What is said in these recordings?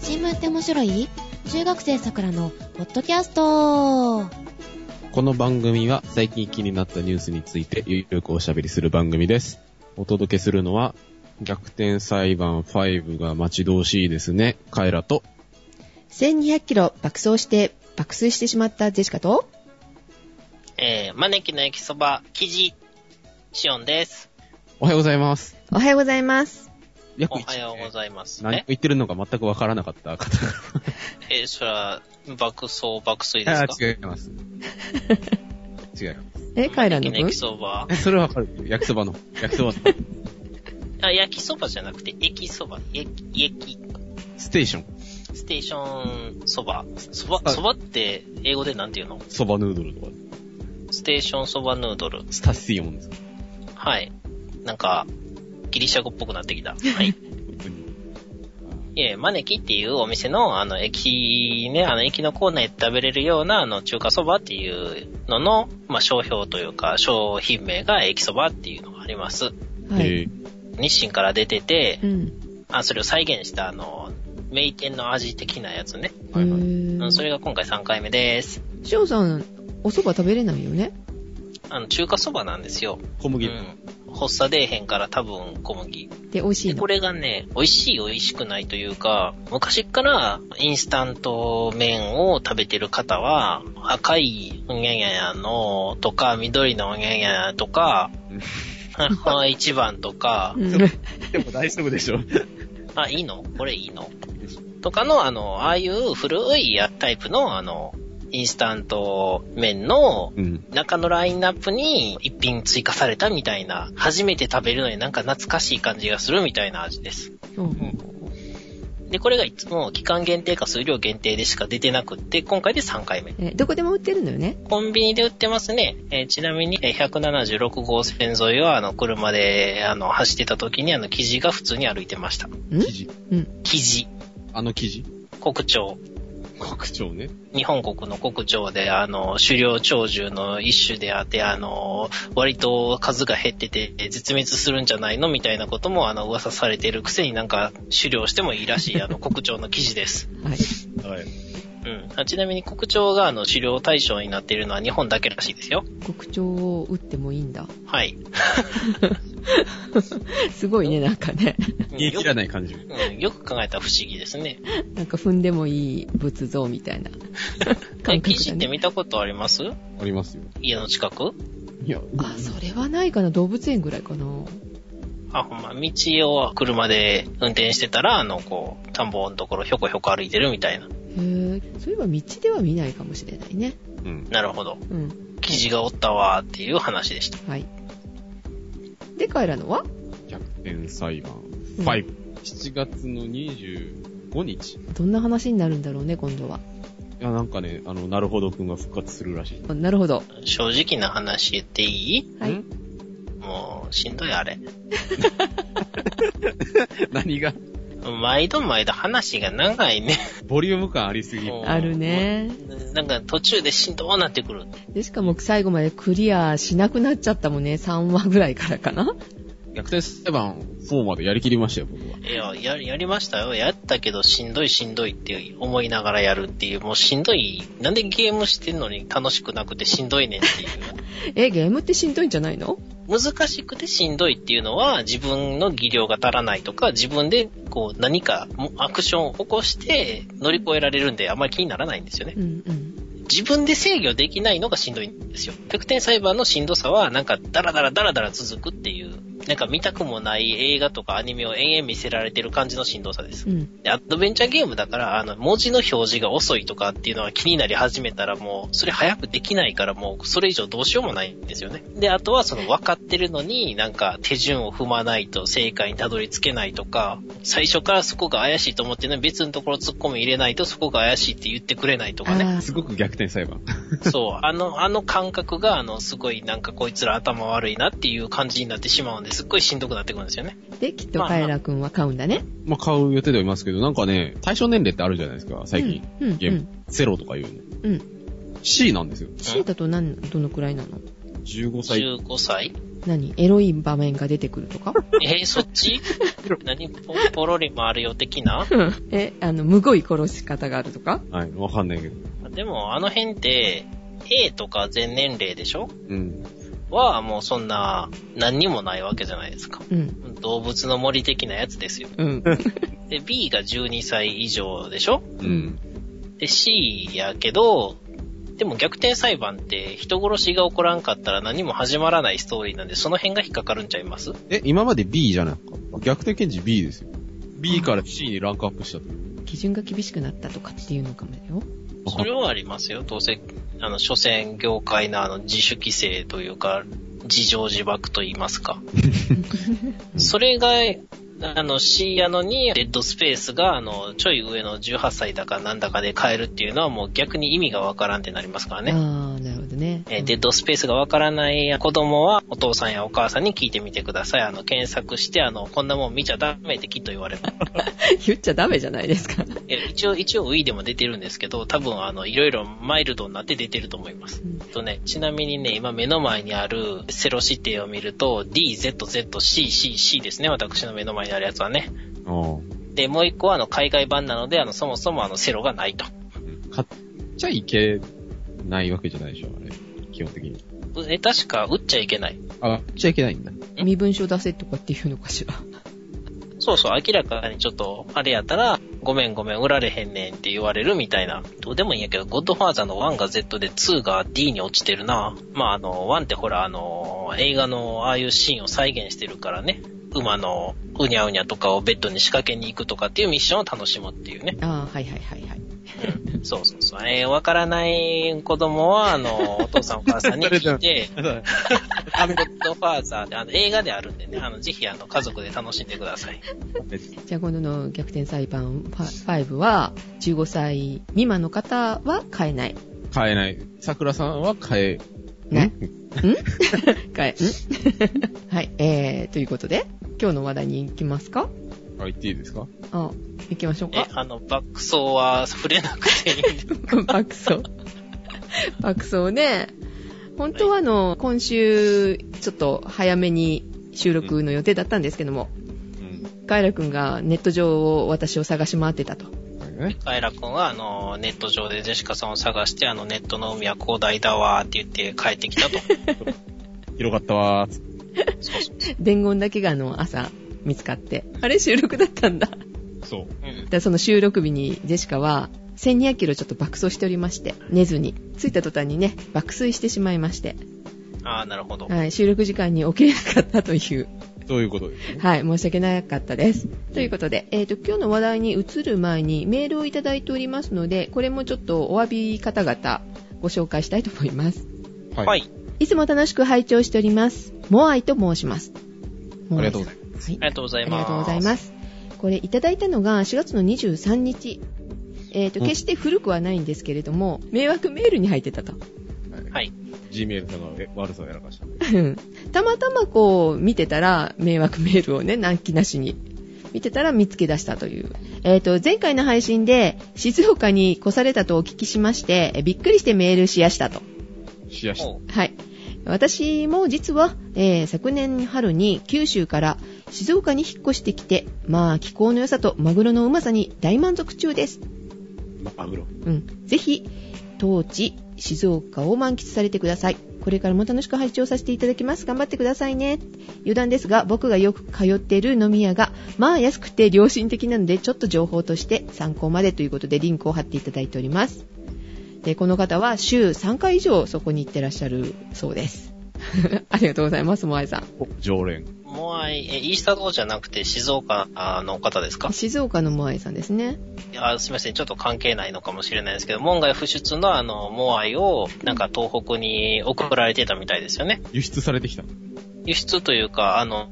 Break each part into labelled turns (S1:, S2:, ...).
S1: 新聞って面白い中学生さくらのポッドキャスト
S2: この番組は最近気になったニュースについてゆるくおしゃべりする番組です。お届けするのは、逆転裁判5が待ち遠しいですね。カエラと、
S3: 1200キロ爆走して、爆睡してしまったジェシカと、
S4: えー、招きの焼きそば、生地、シオンです。
S2: おはようございます。
S3: おはようございます。
S2: 約
S4: お
S2: 1
S4: はようご
S2: 年、
S4: ざいます。
S2: 何を
S4: ね。
S2: 言ってるのか全くわからなかった方が。
S4: えー、それは、爆走爆睡です
S2: あ
S4: か
S2: ー違い ます。違いま
S3: え、カイラ
S4: 招
S3: の
S4: き
S3: 分
S4: の焼きそば。
S2: す。それはわかる。焼きそばの。焼きそばの。
S4: あ、焼きそばじゃなくて、駅そば。駅、駅、
S2: ステーション。
S4: ステーションそば。そば、
S2: はい
S4: そばって、英語でなんて言うの
S2: そばヌードルとか。
S4: ステーションそばヌードル。
S2: スタッシオンです。
S4: はい。なんか、ギリシャ語っぽくなってきた。はい。
S2: 本当に
S4: いえ、招きっていうお店の、あの、駅ね、あの、駅のコーナーで食べれるような、あの、中華そばっていうのの、まあ、商標というか、商品名が駅そばっていうのがあります。
S3: はい。
S2: え
S4: 日清から出てて
S3: う、ん。
S4: あ、それを再現した、あの、名店の味的なやつね。
S2: ーはいはい
S4: うん、そ
S3: れ。
S4: れが今回3回目です。
S3: シオンさん、お蕎麦食べれないよね
S4: あの、中華そばなんですよ。
S2: 小
S4: う
S2: 麦。
S4: ん。発作出えへんから多分小麦。
S3: で、美味しい
S4: で、
S3: の
S4: こ。れがね、美味しい美味しくないというか、昔からインスタント麺を食べてる方は、赤いうにゃにゃやのとか、緑のうにゃにゃや とか、あ一番とか
S3: う、ん。
S2: でも大丈夫でしょ。
S4: あ、いいのこれいいのとかの、あの、ああいう古いやタイプの、あの、インスタント麺の
S2: うん。
S4: 中のラインナップに一品追加されたみたいな、初めて食べるのになんか懐かしい感じがするみたいな味です。
S3: うん
S4: で、これがいつも期間限定か数量限定でしか出てなくって、今回で3回目。
S3: えどこでも売ってるのよね
S4: コンビニで売ってますね。えーちなみに、えー176号線沿いは、あの、車で、あの、走ってた時に、あの、生地が普通に歩いてました。
S2: 生地。
S3: うん。
S4: 生地、
S2: あの生地。
S4: 国鳥。
S2: 拡張ね。
S4: 日本国の国鳥で、あの、狩猟鳥獣の一種であって、あの、割と数が減ってて、絶滅するんじゃないのみたいなことも、あの、噂されてるくせになんか、狩猟してもいいらしい、あの、国鳥の記事です。
S3: はい。
S2: はい。
S4: うん。あちなみに国鳥が、あの、狩猟対象になっているのは日本だけらしいですよ。
S3: 国鳥を打ってもいいんだ。
S4: はい。
S3: すごいね、なんかね。
S2: 言い切ら
S4: い。
S2: ない感じ。
S4: うん、よく考えたら不思議ですね。
S3: なんか踏んでもいい仏像みたいな感
S4: え、記
S3: 覚
S4: 事
S3: だ
S4: って
S3: ね。
S4: 見たことあります
S2: ありますよ。
S4: 家の近く
S2: いや、
S3: あ、それはないかな。動物園ぐらいかな。
S4: あ、ほんま、道を車で運転してたら、あの、こう、田んぼのところひょこひょこ歩いてるみたいな。
S3: へぇそういえば道では見ないかもしれないね。
S2: うん。
S4: なるほど。
S3: うん。
S4: 記事がおったわーっていう話でした。
S3: はい。で、カエラのは
S2: 逆転裁判
S3: うん
S2: 5。7月の25日。い
S3: どんな話になるんだろうね、今度は。
S2: や、なんかね、あの、なるほどくんが復活するらしい。
S3: なるほど。
S4: 正直な話言っていい
S3: はい
S2: ん。
S4: もう、しんどいあれ。
S2: 何が、
S4: 毎度毎度話が長いね。
S2: ボリューム感ありすぎる。
S4: もう
S3: ある。ね。
S4: なんか途中でしんどーなってくる。
S3: で、しかも最後までクリアしなくなっちゃったもんね。3話ぐらいからかな。
S2: 逆転裁判4までやりきりましたよ、僕は。
S4: いや、や、やりましたよ。やったけどしんどいしんどいって思いながらやるっていう、もうしんどい。なんでゲームしてんのに楽しくなくてしんどいねんっていう。
S3: え、ゲームってしんどいんじゃないの
S4: 難しくてしんどいっていうのは自分の技量が足らないとか、自分でこう何かもアクションを起こして乗り越えられるんであんまり気にならないんですよね
S3: う。んうん。
S4: 自分で制御できないのがしんどいんですよ。逆転裁判のしんどさは、なんか、ダラダラダラダラ続くっていう、なんか見たくもない映画とかアニメを延々見せられてる感じのしんどさです
S3: う。ん。
S4: でアドベンチャーゲームだから、あの、文字の表示が遅いとかっていうのは気になり始めたらもう、それ早くできないからもう、それ以上どうしようもないんですよね。で、あとはその分かってるのになんか手順を踏まないと正解にたどり着けないとか、最初からそこが怪しいと思ってるのに別のところ突っ込み入れないとそこが怪しいって言ってくれないとかね。
S3: あ
S2: すごく逆転裁 判。
S4: そう、あの、あの感覚が、あの、すごいなんかこいつら頭悪いなっていう感じになってしまうんですっごいしんどくなってくるんですよね。
S3: で、きっとカエラくんは買うんだね。
S2: まあ、買う予定ではいますけど、なんかね、対象年齢ってあるじゃないですか、最近。
S3: うん。うん
S2: ゲーム。ゼロとかいうの。
S3: うん。うん。
S2: C なんですよ。
S3: シータと何、どのくらいなの
S2: 15歳。
S4: 15歳
S3: 何エロい場面が出てくるとか
S4: えーそっち何ポポロリもあるよ的な
S3: うんえ、あの、むごい殺し方があるとか
S2: はい、わかんないけど。
S4: でも、あの辺って、A とか全年齢でしょ
S2: うん。
S4: は、もうそんな、何にもないわけじゃないですか。
S3: うん。
S4: 動物の森的なやつですよ。
S3: うん。
S4: で、B が12歳以上でしょ
S2: うん。
S4: で、C やけど、でも逆転裁判って人殺しが起こらんかったら何も始まらないストーリーなんで、その辺が引っかかるんちゃいます
S2: え、今まで B じゃなかった。逆転検事 B ですよ。B から C にランクアップしたと。
S3: 基準が厳しくなったとかっていうのかもよ。
S4: それはありますよ。どうせ、あの、所詮業界のあの、自主規制というか、自情自爆と言いますか。それが、あの、C やのに、デッドスペースが、あの、ちょい上の18歳だかなんだかで変えるっていうのはもう逆に意味がわからんってなりますからね。
S3: ああ、なるほどね。
S4: えーデッドスペースがわからない子供は、お父さんやお母さんに聞いてみてください。あの、検索して、あの、こんなもん見ちゃダメってきっと言われる。
S3: 言っちゃダメじゃないですか。
S4: えー一応、一応、ウィーでも出てるんですけど、多分、あの、いろいろマイルドになって出てると思います。
S3: うん
S4: えっとね、ちなみにね、今目の前にあるセロ指定を見ると、DZZCCC ですね。私の目の前にあるやつはね。
S2: ああ。
S4: で、もう一個はあの、海外版なので、あの、そもそもあの、セロがないと。
S2: 買っちゃいけないわけじゃないでしょ、あれ。基本的に。
S4: うえ、確か、打っちゃいけない。
S2: あ、買っちゃいけないんだ。
S3: 身分証出せとかっていうのかしら。
S4: そうそう、明らかにちょっと、あれやったら、ごめんごめん、売られへんねんって言われるみたいな。どうでもいいんやけど、ゴッドファーザーの1が Z で2が D に落ちてるな。まあ、あの、1ってほら、あの、映画のああいうシーンを再現してるからね。馬のうにゃうにゃとかをベッドに仕掛けに行くとかっていうミッションを楽しむっていうね。
S3: ああ、はいはいはいはい。
S4: そうそうそう。えーわからない子供は、あの、お父さんお母さんに聞いて、アメゴッドファーザーって、あの、映画であるんでね、あの、ぜひ、あの、家族で楽しんでください。
S3: じゃあ今度の逆転裁判ファ5は、15歳未満の方は買えない。
S2: 買えない。桜さんは買え、
S3: ね。ん 買え、んはい、えー、ということで、今日の話題に行きますか
S2: IT ですか
S3: あ、行きましょう
S4: え
S3: か、。
S4: あの、爆走は触れなくていいんで
S3: 爆走。爆走ね。本当はあの、今週、ちょっと早めに収録の予定だったんですけども、
S2: うん。
S3: カイラ君がネット上を私を探し回って たと。
S2: これね。
S4: カエラ君は、あの、ネット上でジェシカさんを探して、あの、ネットの海は広大だわーって言って帰ってき たと。
S2: 広かったわーつって。
S4: そうそう。
S3: 伝言だけがあの、朝見つかって、あれ収録だった んだ。
S2: そう。
S4: うん。
S3: でその収録日にジェシカは1200キロちょっと爆走しておりまして寝ずに着いた途端にね爆睡してしまいまして、
S4: ああ、なるほど。
S3: はい、収録時間に起きれなかったという、
S2: そういうことですね。
S3: はい、申し訳なかったですということで、えー、と今日の話題に移る前にメールをいただいておりますのでこれもちょっとお詫び方々ご紹介したいと思います
S2: は
S4: はい。
S3: いつも楽しく拝聴しておりますモアイと申します
S2: あ
S3: モ
S2: り
S3: アイ
S2: が
S3: さ
S2: とう
S3: ん
S2: ございます。
S3: はい
S4: ありがとうござい
S3: あり
S4: ま
S3: が
S4: す。
S3: とうございます。これいただいたのが4月の23日。えっ、と、
S2: うん
S3: 決して古くはないんですけれども、迷惑メールに入ってたと。
S4: はい
S2: Gmail さんがえ悪さをやらかしたんで。
S3: うんたまたまこう見てたら、迷惑メールをね、難気なしに。見てたら見つけ出したという。えっ、と、前回の配信で静岡に越されたとお聞きしまして、えびっくりしてメールしやしたと。
S2: しやし
S4: おう
S3: はい。私も実は、えー昨年春に九州から静岡に引っ越してきて、まあ気候の良さとマグロのうまさに大満足中です。
S2: まマグロ。
S3: うん。ぜひ、当地、静岡を満喫されてください。これからも楽しく拝聴させていただきます。頑張ってくださいね。余談ですが、僕がよく通っている飲み屋が、まあ安くて良心的なので、ちょっと情報として参考までということでリンクを貼っていただいております。で、この方は週3回以上そこに行ってらっしゃるそうです。 ありがとうございます、モアイさん。
S2: お常連。
S4: モアイ、え、イースター島じゃなくて静岡あの方ですか
S3: 静岡のモアイさんですね。
S4: あすみません、ちょっと関係ないのかもしれないですけど、門外不出のあの、モアイを、なんか東北に送られてたみたいですよね。
S2: 輸出されてきた。
S4: 輸出というか、あの、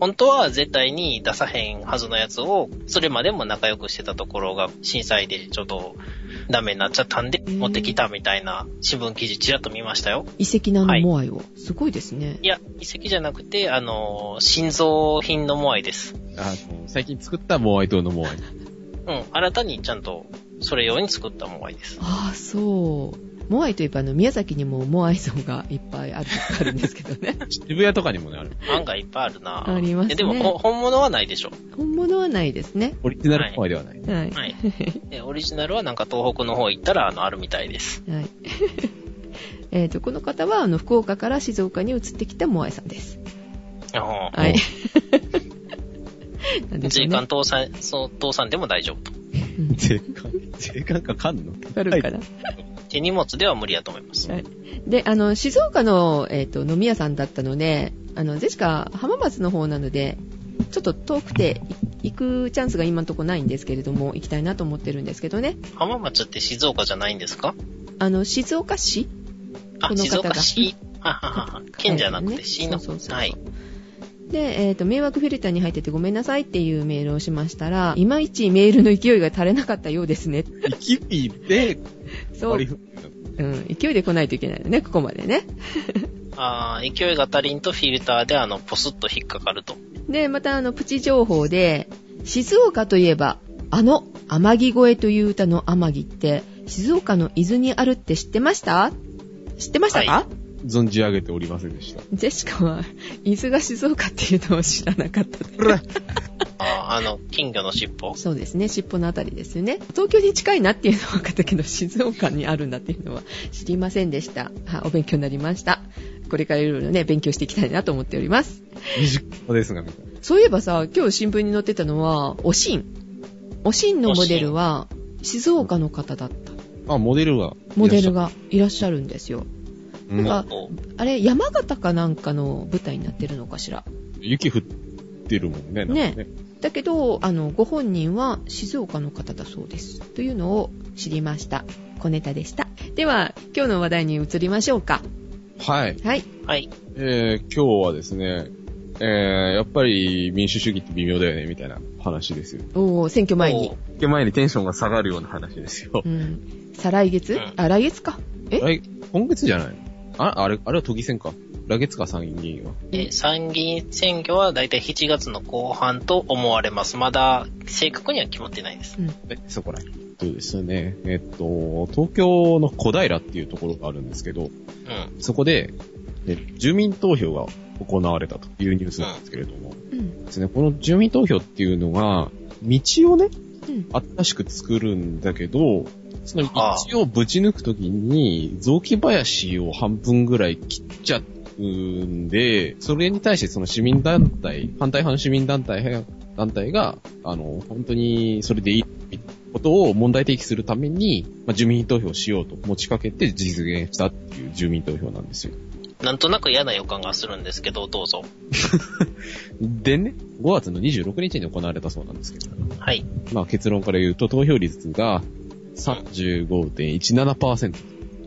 S4: 本当は絶対に出さへんはずのやつを、それまでも仲良くしてたところが、震災でちょっとダメになっちゃったんで、
S3: ん
S4: 持ってきたみたいな新聞記事ちらっと見ましたよ。
S3: 遺跡な
S4: は
S3: の
S4: い
S3: モアイを。すごいですね。
S4: いや、遺跡じゃなくて、あの、心臓品のモアイです。
S2: あの、最近作ったモアイ島のモアイ。
S4: うん、新たにちゃんと、それ用に作ったモアイです。
S3: ああ、そう。モアイといえばあの宮崎にもモアイ像がいっぱいあるあるんですけど ね
S2: 渋谷とかにもね、ある。
S4: 案外いっぱいあるな
S3: ありますね
S4: でも、ほ本物はないでしょ。
S3: 本物はないですね
S2: オリジナルモアイではない。
S3: はい
S4: はい でオリジナルはなんか東北の方行ったら、あの、あるみたいです。
S3: はい えーとこの方はあの福岡から静岡に移ってきたモアイさんです
S4: あの
S3: はいなんでしょう
S4: 時
S3: ね
S4: 間倒産、そう、倒産でも大丈夫と。
S3: うん
S2: 税関、税関かかんの
S3: わかるかな、
S4: 手荷物では無理やと思います。
S3: はいで、あの、静岡の、えっ、と、飲み屋さんだったので、あの、ジェシカ、浜松の方なので、ちょっと遠くてい行くチャンスが今のとこないんですけれども、行きたいなと思ってるんですけどね。
S4: 浜松って静岡じゃないんですか
S3: あの、静岡市
S4: あ
S3: こ、の
S4: 静
S3: 方が
S4: 岡市。はははは。県じゃなくて市の。
S3: そうそうそう
S4: はい。
S3: で、えっ、と、迷惑フィルターに入っててごめんなさいっていうメールをしましたら、いまいちメールの勢いが足れなかったようですね。
S2: 生きピーで、
S3: そ
S2: 割
S3: う
S2: り、振
S3: うん、勢いで来ないといけないのね、ここまでね。
S4: あー勢いが足りんとフィルターで、あの、ポスッと引っかかると。
S3: で、またあの、プチ情報で、静岡といえば、あの、天城越えという歌の天城って、静岡の伊豆にあるって知ってました知ってましたか、
S4: は
S2: 存じ上げておりませんでした。
S3: ジェシカは、伊豆が静岡っていうのを知らなかった。
S4: あーあの、金魚の尻尾。
S3: そうですね、尻尾のあたりですよね。東京に近いなっていうのは分かったけど、静岡にあるんだっていうのは知りませんでした。はお勉強になりました。これからいろいろね、勉強していきたいなと思っております。
S2: 身近ですが、みたいな。
S3: そういえばさ、今日新聞に載ってたのは、おしん。おしんのモデルは、静岡の方だった。
S2: あ、モデルが。
S3: モデル。がいらっしゃるんですよ。
S2: うん
S3: あ
S4: お
S3: あれ、山形かなんかの舞台になってるのかしら。
S2: 雪降ってるもんね。なんかね。
S3: だけど、あの、ご本人は静岡の方だそうです。というのを知りました。小ネタでした。では、今日の話題に移りましょうか。
S2: はい。
S3: はい。
S4: はい。
S2: えー、今日はですね、えー、やっぱり民主主義って微妙だよね、みたいな話ですよ。
S3: おー、選挙前に。
S2: 前にテンションが下がるような話ですよ
S3: う。ん。再来月
S4: うん
S3: あ、来月か。え
S2: 来今月じゃないのあ、あれ、あれは都議選か。来月か、参議院は。
S4: で、参議院選挙はだいたい7月の後半と思われます。まだ正確には決まってないです。
S2: え、そこらへん。そうですね。えっと、東京の小平っていうところがあるんですけど、
S4: うん。
S2: そこで、え住民投票が行われたというニュースなんですけれども、
S3: うん。
S2: ですね、この住民投票っていうのが、道をね、
S3: うん。
S2: 新しく作るんだけど、その道をぶち抜くときに、雑木林を半分ぐらい切っちゃうんで、それに対してその市民団体、反対派の市民団体が、団体が、あの、本当にそれでいいことを問題提起するために、まあ、住民投票しようと持ちかけて実現したっていう住民投票なんですよ。
S4: なんとなく嫌な予感がするんですけど、どうぞ。
S2: でね、5月の26日に行われたそうなんですけど、
S4: はい。
S2: まあ結論から言うと投票率が35.17%。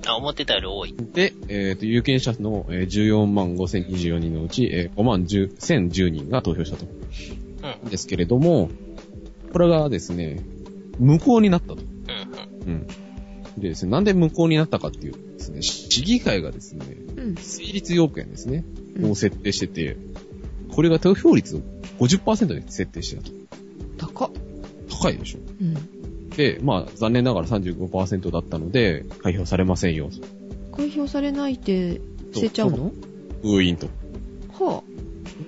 S4: あ、思ってたより多い。
S2: で、えっ、と、有権者の、えー14万5024人のうち、え5万10 1010人が投票したと。
S4: うん。うん
S2: ですけれども、これがですね、無効になったと。
S4: う
S2: う
S4: ん。
S2: ん。でですね、なんで無効になったかっていうとですね、市議会がですね、
S3: うん。
S2: 成立要件ですね、
S3: うん
S2: を設定してて、これが投票率を50%に設定してたと。
S3: 高っ。
S2: 高いでしょ。
S3: うん。
S2: で、まあ、残念ながら35%だったので、開票されませんよ。
S3: 公表されないって、捨てちゃうの
S2: 封印と。
S3: は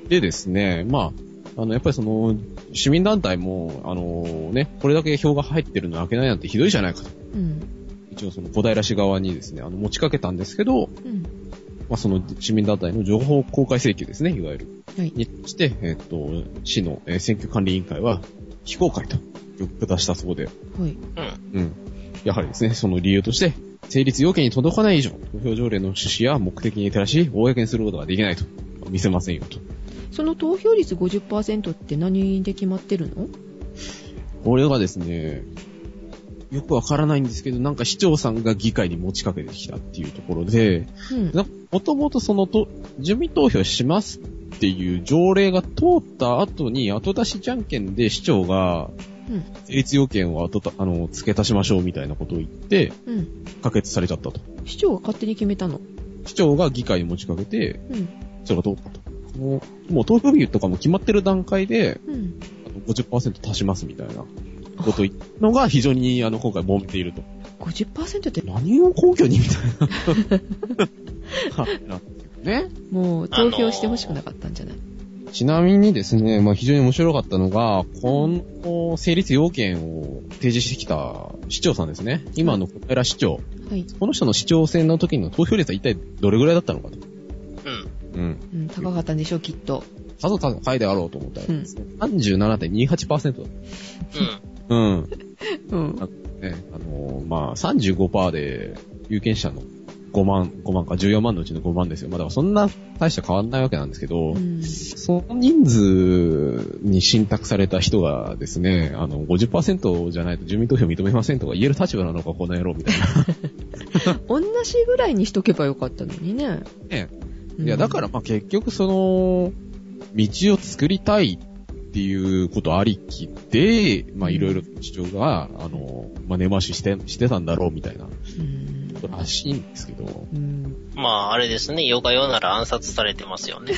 S2: でですね、まあ、あの、やっぱりその、市民団体も、あのね、これだけ票が入ってるの開けないなんてひどいじゃないかと。
S3: あ。うん。
S2: 一応その小平市側にですね、あの、持ちかけたんですけど、
S3: うん。
S2: まあ、その市民団体の情報公開請求ですね、いわゆる。
S3: はい。
S2: にして、えっと、市のえー選挙管理委員会は非公開と、下したそうで。
S3: はい。
S4: うん。
S2: うん。やはりですね、その理由として、成立要件に届かない以上、投票条例の趣旨や目的に照らし、公にすることができないと。見せませんよと。
S3: その投票率50%って何で決まってるの
S2: これがですね、よくわからないんですけど、なんか市長さんが議会に持ちかけてきたっていうところで、
S3: うん。
S2: なもともとそのと、住民投票しますっていう条例が通った後に、後出しじゃんけんで市長が
S3: うん、
S2: 成立要件を後た、あの、付け足しましょうみたいなことを言って、
S3: うん。
S2: 可決されちゃったと。
S3: 市長が勝手に決めたの。
S2: 市長が議会に持ちかけて、
S3: うん。
S2: それが通ったと。もう、もう投票日とかも決まってる段階で、
S3: うん。
S2: あと50%足しますみたいなことを言ったのが非常にあの今回揉めていると。
S3: 50%って
S2: 何を根拠にみたい な。はいなってるね。
S3: もう投票してほしくなかったんじゃない、
S2: ちなみにですね、まあ、非常に面白かったのが、この成立要件を提示してきた市長さんですね。今の小平市長。
S3: はい、
S2: この人の市長選の時の投票率は一体どれぐらいだったのかと。
S4: うん。
S2: うん。
S3: うん、高かったんでしょうきっと
S2: さぞかの回であろうと思ったら、
S3: うん
S2: 37.28%だ。
S4: うん。
S2: うん。
S3: うん
S2: ね、あのーまあ、35%で有権者の5万、5万か14万のうちの5万ですよ。まあ、だからそんな大して変わんないわけなんですけど、
S3: うん
S2: その人数に信託された人がですね、あの、50%じゃないと住民投票認めませんとか言える立場なのか、この野郎みたいな。
S3: 同じぐらいにしとけばよかったのにね
S2: ね
S3: うん
S2: いや、だからまあ結局その、道を作りたいっていうことありきで、まあいろいろ主張が、あの、まあ根回しして、してたんだろうみたいなこ
S3: うん
S2: とらしいんですけど、
S3: うん
S4: まあ、あれですね、ヨガヨなら暗殺されてますよね。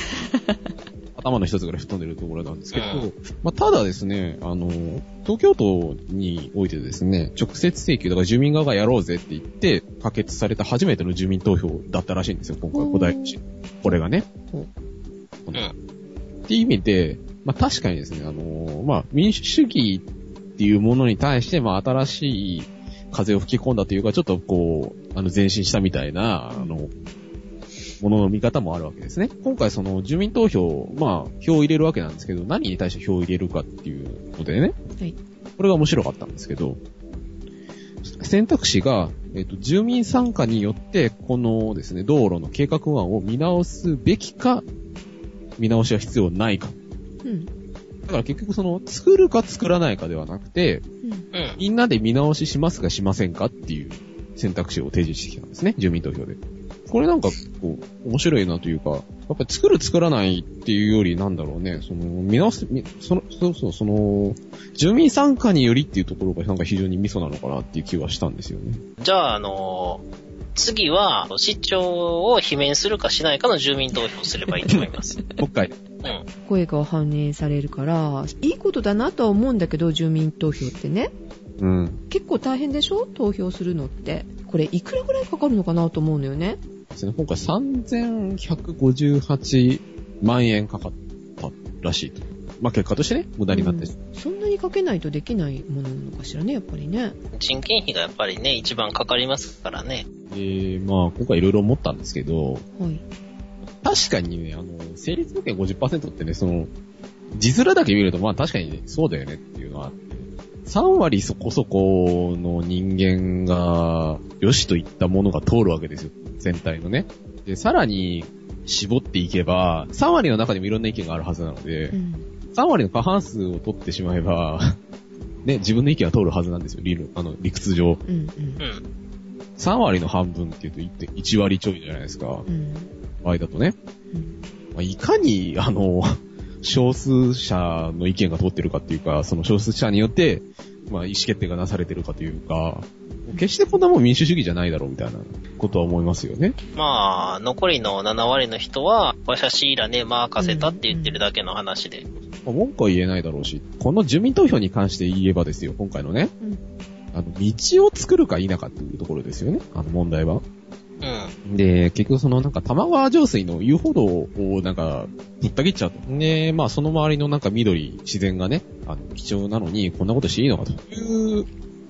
S2: 頭の一つぐらい吹っ飛んでるところなんですけど、
S4: うん
S2: まあ、ただですね、あの、東京都においてですね、直接請求、だから住民側がやろうぜって言って、可決された初めての住民投票だったらしいんですよ、今回、
S3: お
S2: 古
S3: ー
S2: 代市。これがね。
S3: お
S2: この
S4: うん
S2: っていう意味で、まあ、確かにですね、あの、まあ、民主主義っていうものに対して、まあ、新しい風を吹き込んだというか、ちょっとこう、あの、前進したみたいな、あの、ものの見方もあるわけですね。今回その住民投票、まあ、票を入れるわけなんですけど、何に対して票を入れるかっていうのでね。
S3: はい
S2: これが面白かったんですけど、選択肢が、えっ、と、住民参加によって、このですね、道路の計画案を見直すべきか、見直しは必要ないか。
S3: うん
S2: だから結局その、作るか作らないかではなくて、
S3: うん
S4: うん。
S2: みんなで見直ししますかしませんかっていう選択肢を提示してきたんですね、住民投票で。これなんか、こう、面白いなというか、やっぱり作る作らないっていうより、なんだろうね、その、見直す、みその、そうそう、その、住民参加によりっていうところがなんか非常にミソなのかなっていう気はしたんですよね。
S4: じゃあ、あの次は、市長を罷免するかしないかの住民投票すればいいと思います。
S2: 今回、
S4: うん。
S3: 声が反映されるからいいことだなとは思うんだけど住民投票ってね
S2: うん。
S3: 結構大変でしょ投票するのってこれいくらぐらいかかるのかなと思うのよね
S2: ですね、今回3158万円かかったらしいと。まあ、結果としてね、無駄になってしま
S3: そんなにかけないとできないものなのかしらねやっぱりね
S4: 人件費がやっぱりね、一番かかりますからね。
S2: う。で、まあ、今回いろいろ思ったんですけど、
S3: はい
S2: 確かにね、あの、成立保険50%ってね、その、字面だけ見ると、まあ確かに、ね、そうだよねっていうのはあって、3割そこそこの人間が、よしといったものが通るわけですよ。全体のね。で、さらに、絞っていけば、3割の中でもいろんな意見があるはずなので、
S3: うん
S2: 3割の過半数を取ってしまえば、ね、自分の意見は通るはずなんですよ、理論、あの、理屈上。
S3: うん
S4: うん。
S2: 3割の半分っていうと1.1 1割ちょいじゃないですか
S3: うんう、ん
S2: 場合だとね。
S3: うん
S2: まあいかに、あの、少数者の意見が通ってるかっていうか、その少数者によって、まあ、意思決定がなされてるかというか、決してこんなもん民主主義じゃないだろうみたいなことは思いますよね。
S4: まあ、残りの7割の人は、馬車シーラね、任せたって言ってるだけの話で。
S2: まあ、文句は言えないだろうし、この住民投票に関して言えばですよ、今回のね。
S3: うん
S2: あの、道を作るか否かっていうところですよね、あの問題は。
S4: うん。
S2: で、結局そのなんか玉川上水の遊歩道をなんか、ぶった切っちゃうと。で、まあその周りのなんか緑、自然がね、あの、貴重なのにこんなことしていいのかという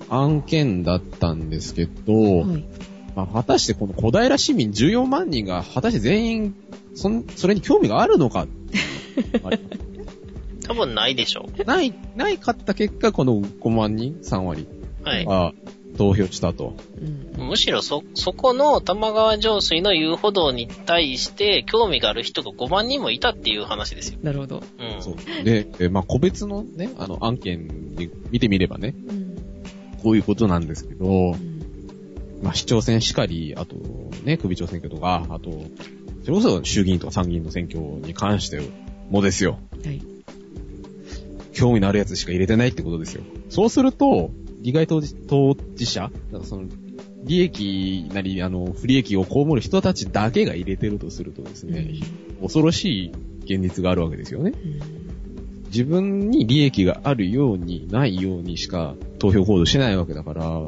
S2: 案件だったんですけど、
S3: はい
S2: まあ果たしてこの小平市民14万人が果たして全員、そん、それに興味があるのか あれ
S4: 多分ないでしょ
S2: ない、ないかった結果、この5万人、3割
S4: う。はい。
S2: が投票したと。
S3: うん
S4: むしろそ、そこの玉川上水の遊歩道に対して興味がある人が5万人もいたっていう話ですよ。
S3: なるほど
S4: うん。
S2: そう。で、えまあ個別のね、あの案件で見てみればね、
S3: うん
S2: こういうことなんですけど
S3: う、ん
S2: まあ、市長選しかり、あと、ね、首長選挙とか、あと、それこそ衆議院とか参議院の選挙に関してもですよ、
S3: はい
S2: 興味のあるやつしか入れてないってことですよ。そうすると、利害当事当事者、だからその、利益なり、あの、不利益を被る人たちだけが入れてるとするとです
S3: うん
S2: ね、恐ろしい現実があるわけですよね。
S3: うん
S2: 自分に利益があるように、ないようにしか投票行動しないわけだから、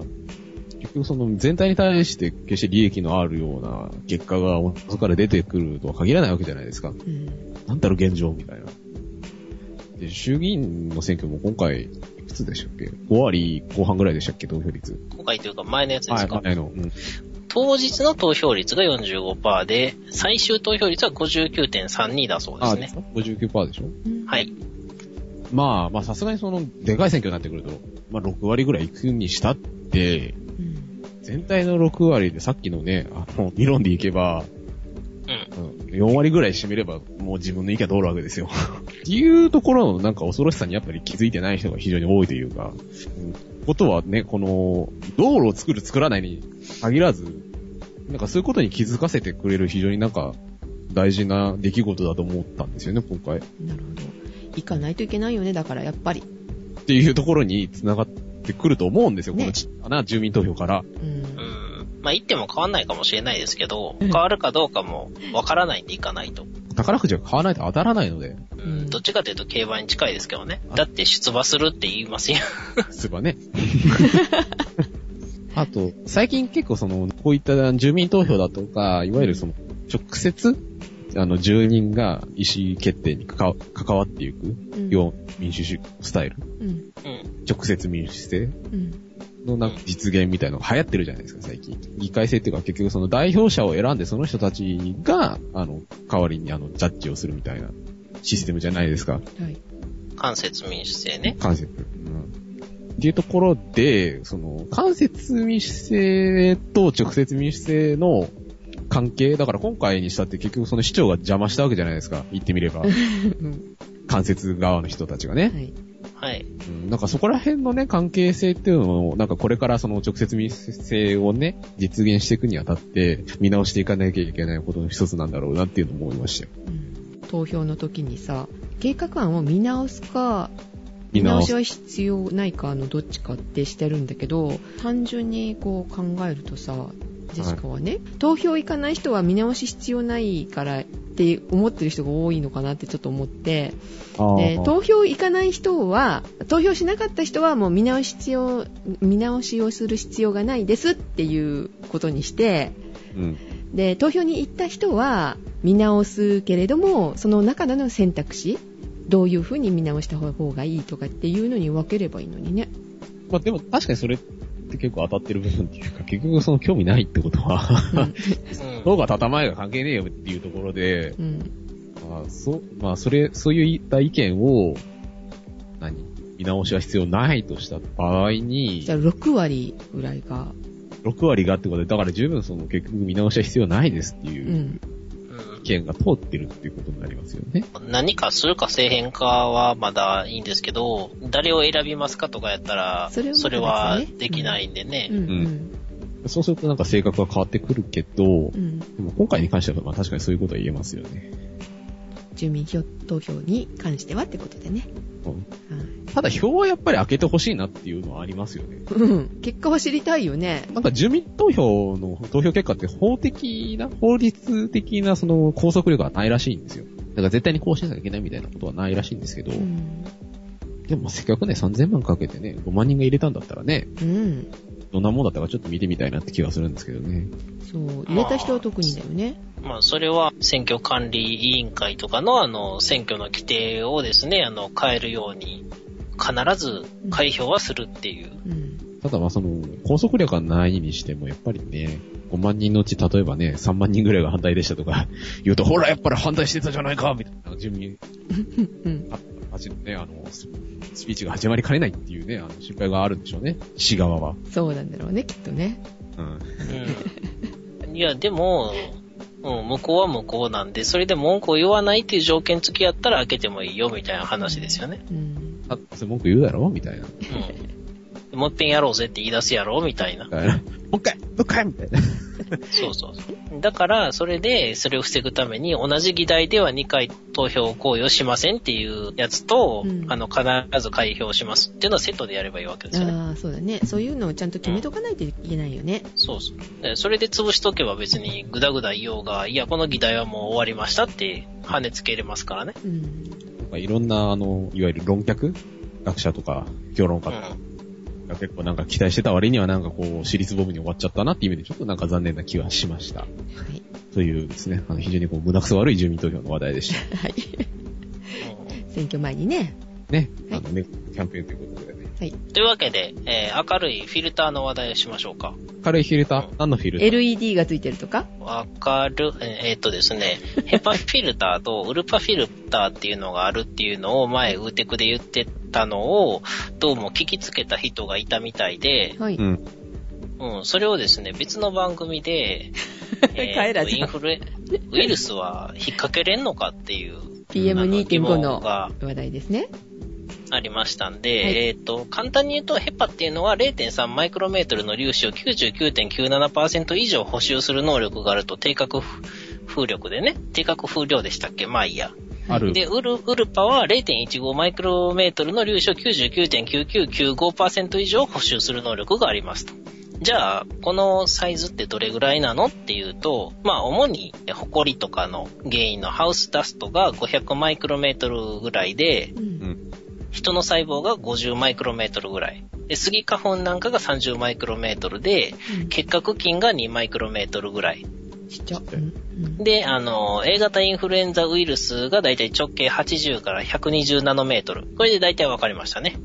S2: 結局その全体に対して決して利益のあるような結果がそこから出てくるとは限らないわけじゃないですか。
S3: うん
S2: なんだろう現状みたいな。で、衆議院の選挙も今回、いくつでしたっけ ?5 割後半ぐらいでしたっけ投票率。
S4: 今回というか前のやつで
S2: は
S4: す
S2: い、
S4: か、
S2: 前の。うん
S4: 当日の投票率が45%で、最終投票率は59.32だそうで
S2: あ、
S4: すね。
S2: 59%でしょ
S4: はい。
S2: まあ、まあさすがにその、でかい選挙になってくると、まあ6割ぐらい行くにしたって、
S3: うん
S2: 全体の6割でさっきのね、あの、理論でいけば、
S4: うん。
S2: うん4割ぐらい占めれば、もう自分の意見が通るわけですよ。っていうところのなんか恐ろしさにやっぱり気づいてない人が非常に多いというか、うんことはね、この、道路を作る作らないに限らず、なんかそういうことに気づかせてくれる非常になんか、大事な出来事だと思ったんですよね、今回。
S3: なるほど行かないといけないよねだからやっぱり、
S2: っていうところに繋がってくると思うんですよ、
S3: ね
S2: このちっちゃな住民投票から。
S3: うん
S4: うん。まあ、言っても変わんないかもしれないですけど、
S2: うん
S4: 変わるかどうかもわからないんでいかないと。
S2: 宝くじは買わないと当たらないので、
S3: うん
S4: どっちかというと競馬に近いですけどね
S2: あ。
S4: だって出馬するって言いますよ。
S2: すればね。 あと、最近結構その、こういった住民投票だとか、いわゆるその、直接、あの、住人が意思決定に関わ関わっていく
S3: うん
S2: ような民主主義スタイル、
S3: うん
S4: うん。
S2: 直接民主制
S3: うん
S2: のなんか実現みたいなのが流行ってるじゃないですか、最近。議会制っていうか結局その代表者を選んでその人たちが、あの、代わりにあの、ジャッジをするみたいなシステムじゃないですか。
S3: はい
S4: 間接民主制ね。
S2: 関節。うん。っていうところで、その、関節民主制と直接民主制の関係、だから今回にしたって結局その市長が邪魔したわけじゃないですか。言ってみれば。
S3: うん
S2: 関節側の人たちがね
S3: は。い
S4: はい。
S2: うん、なんかそこら辺のね、関係性っていうのを、なんかこれからその直接民主制をね、実現していくにあたって、見直していかなきゃいけないことの一つなんだろうなっていうのも思いましたよ。
S3: うん投票の時にさ計画案を見直すか見
S2: 見
S3: 直
S2: 直
S3: し
S2: す。
S3: は必要ないかのどっちかってしてるんだけど単純にこう考えるとさジェシカはね、投票行かない人は見直し必要ないからって思ってる人が多いのかなってちょっと思って
S2: あ
S3: で
S2: ー
S3: 投票行かない人は投票しなかった人はもう見直し必要見直しをする必要がないですっていうことにして
S2: うん。
S3: で投票に行った人は見直すけれどもその中での選択肢どういうふうに見直した方がいいとかっていうのに分ければいいのにね。
S2: まあでも確かにそれって結構当たってる部分っていうか、結局その興味ないってこと は、
S4: うん。
S2: どうが建前が関係ねえよっていうところで、
S3: うん、
S2: まあ、そ、まあそれ、そういった意見を、何見直しは必要ないとした場合に
S3: じゃ、あ6割ぐらいが、
S2: 6割がってことで、だから十分その結局見直しは必要ないですって
S3: う、
S2: いうん
S4: うん
S2: 意見が通ってるっていうことになりますよね。
S4: 何かするかせえへんかはまだいいんですけど、誰を選びますかとかやったら、
S3: それはまたですね
S4: それはできないんでね。
S3: うん、
S2: そうするとなんか性格が変わってくるけど
S3: うん、う、ん、
S2: でも今回に関してはまあ確かにそういうことは言えますよね。
S3: 住民票投票に関してはってことでね。
S2: うん
S3: はい
S2: ただ票はやっぱり開けてほしいなっていうのはありますよね。
S3: うん、結果は知りたいよね。
S2: なんか住民投票の投票結果って法的な、法律的なその拘束力はないらしいんですよ。だから絶対にこうしなきゃいけないみたいなことはないらしいんですけど、
S3: うん、
S2: でもせっかくね、3000万かけてね、5万人が入れたんだったらね、
S3: うん、
S2: どんなもんだったかちょっと見てみたいなって気がするんですけどね。
S3: そう、入れた人は特にだよね。
S4: まあ、それは選挙管理委員会とかの、あの、選挙の規定をですね、あの、変えるように、必ず開票はするっていう。
S3: うん、
S2: ただまあその、拘束力はないにしても、やっぱりね、5万人のうち例えばね、3万人ぐらいが反対でしたとか、 言うと、ほら、やっぱり反対してたじゃないかみたいな、住民、
S3: うん、
S2: あ、あちね、あの、ススピーチが始まりかねないっていうね、あの、心配があるんでしょうね。市側は。
S3: そうなんだろうね、きっとね。
S2: うん。
S4: うん。いや、でも、うん、向こうは向こうなんで、それで文句を言わないっていう条件付きやったら開けてもいいよ、みたいな話ですよね。
S3: うん、
S2: あ、それ文句言うだろみたいな。み
S4: うん。もう一遍やろうぜって言い出すやろ、みたいな。
S2: たいな。も う一回もう一回みたいな。
S4: そうそうそう。だから、それで、それを防ぐために、同じ議題では2回投票行為をしませんっていうやつと、
S3: うん
S4: あの、必ず開票しますっていうのはセットでやればいいわけですよね。
S3: ああ、そうだね。そういうのをちゃんと決めとかないといけないよね。
S4: そうそう。でそれで潰しとけば別にグダグダ言おうが、いや、この議題はもう終わりましたって跳ねつけれますからね。
S3: うん、
S2: 今かいろんな、あの、いわゆる論客学者とか、評論家とかが結構なんか期待してた割にはなんかこう、私立ボブに終わっちゃったなっていう意味でちょっとなんか残念な気はしました。
S3: はい。
S2: というですね、あの非常にこう、胸くそ悪い住民投票の話題でした。
S3: はい。
S4: うん
S3: 選挙前にね。
S2: ね。
S3: はい
S2: あの、ね、キャンペーンということでね。
S3: はい。
S4: というわけで、えー明るいフィルターの話題をしましょうか。
S2: 軽いフィルター何のフィルター
S3: LED がついてるとか
S4: わかる、ええーっとですね、ヘパフィルターとウルパフィルターっていうのがあるっていうのを前、ウーテクで言ってたのを、どうも聞きつけた人がいたみたいで、
S3: はい。
S2: うん。
S4: うん、それをですね、別の番組で、
S3: カエ
S4: えー
S3: ラ
S4: と
S3: ち
S4: イ
S3: ゃ
S4: ン
S3: ん。
S4: フルエ、ウイルスは引っ掛けれんのかっていう、
S3: PM2.5
S4: あの疑問
S3: の
S4: が
S3: 話題ですね。
S4: ありましたんで、
S3: はい
S4: えっ、と、簡単に言うと、ヘパっていうのは0.3マイクロメートルの粒子を99.97%以上補修する能力があると、定格風力でね、定格風量でしたっけまあいいや。
S2: ある。
S4: で、ウル、ウルパは0.15マイクロメートルの粒子を99.9995%以上補修する能力がありますと。じゃあ、このサイズってどれぐらいなのっていうと、まあ、主に、ホコリとかの原因のハウスダストが500マイクロメートルぐらいで、
S3: う。
S2: うんん。
S4: 人の細胞が50マイクロメートルぐらい。で、スギ花粉なんかが30マイクロメートルで、結核菌が2マイクロメートルぐらい。
S3: ちっちゃ。うんうん
S4: で、あの、A 型インフルエンザウイルスがだいたい直径80から120ナノメートル。これでだいたいわかりましたね。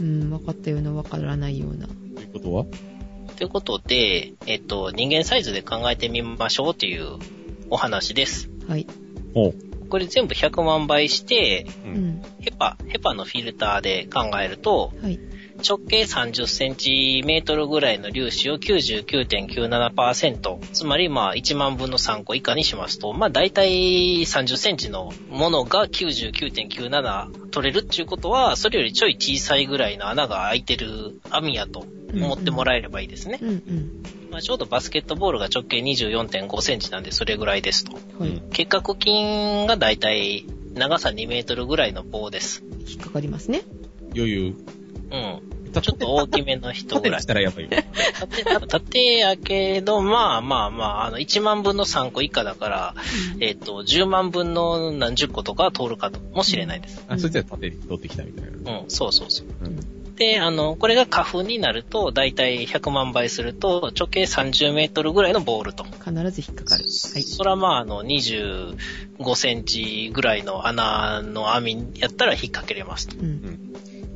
S3: うん、分かったような、分からないような。
S2: ということは
S4: ということで、えっと、人間サイズで考えてみましょうというお話です。
S3: はい。
S2: おう。
S4: これ全部100万倍して、
S2: う。
S3: うんん。
S4: ヘパ、ヘパのフィルターで考えると、
S3: はい。
S4: 直径30センチメートルぐらいの粒子を99.97%、つまりまあ1万分の3個以下にしますと、まあ大体30センチのものが99.97取れるっていうことは、それよりちょい小さいぐらいの穴が開いてる網やと思ってもらえればいいですね。
S3: うんうん。
S4: まあちょうどバスケットボールが直径24.5センチなんでそれぐらいですと。
S3: は
S2: う
S3: い
S2: ん。
S4: 結核菌が大体長さ2メートルぐらいの棒です。
S3: 引っかかりますね。
S2: 余裕。
S4: うん。ちょっと大きめの人
S2: 縦
S4: ぐら
S2: に
S4: い
S2: し。たらやっぱり。
S4: 縦縦やけど、まあまあまあ、あの、1万分の3個以下だから、えっ、と、10万分の何十個とかは通るかともしれないです。
S2: あ、そいつは縦に取ってきたみたいな。
S4: うん、そうそうそう。
S2: うん。
S4: で、あの、これが花粉になると、だいたい100万倍すると、直径30メートルぐらいのボールと。
S3: 必ず引っかかる。はい。
S4: そらまあ、あの、25センチぐらいの穴の網やったら引っ掛けれますと。
S3: うん。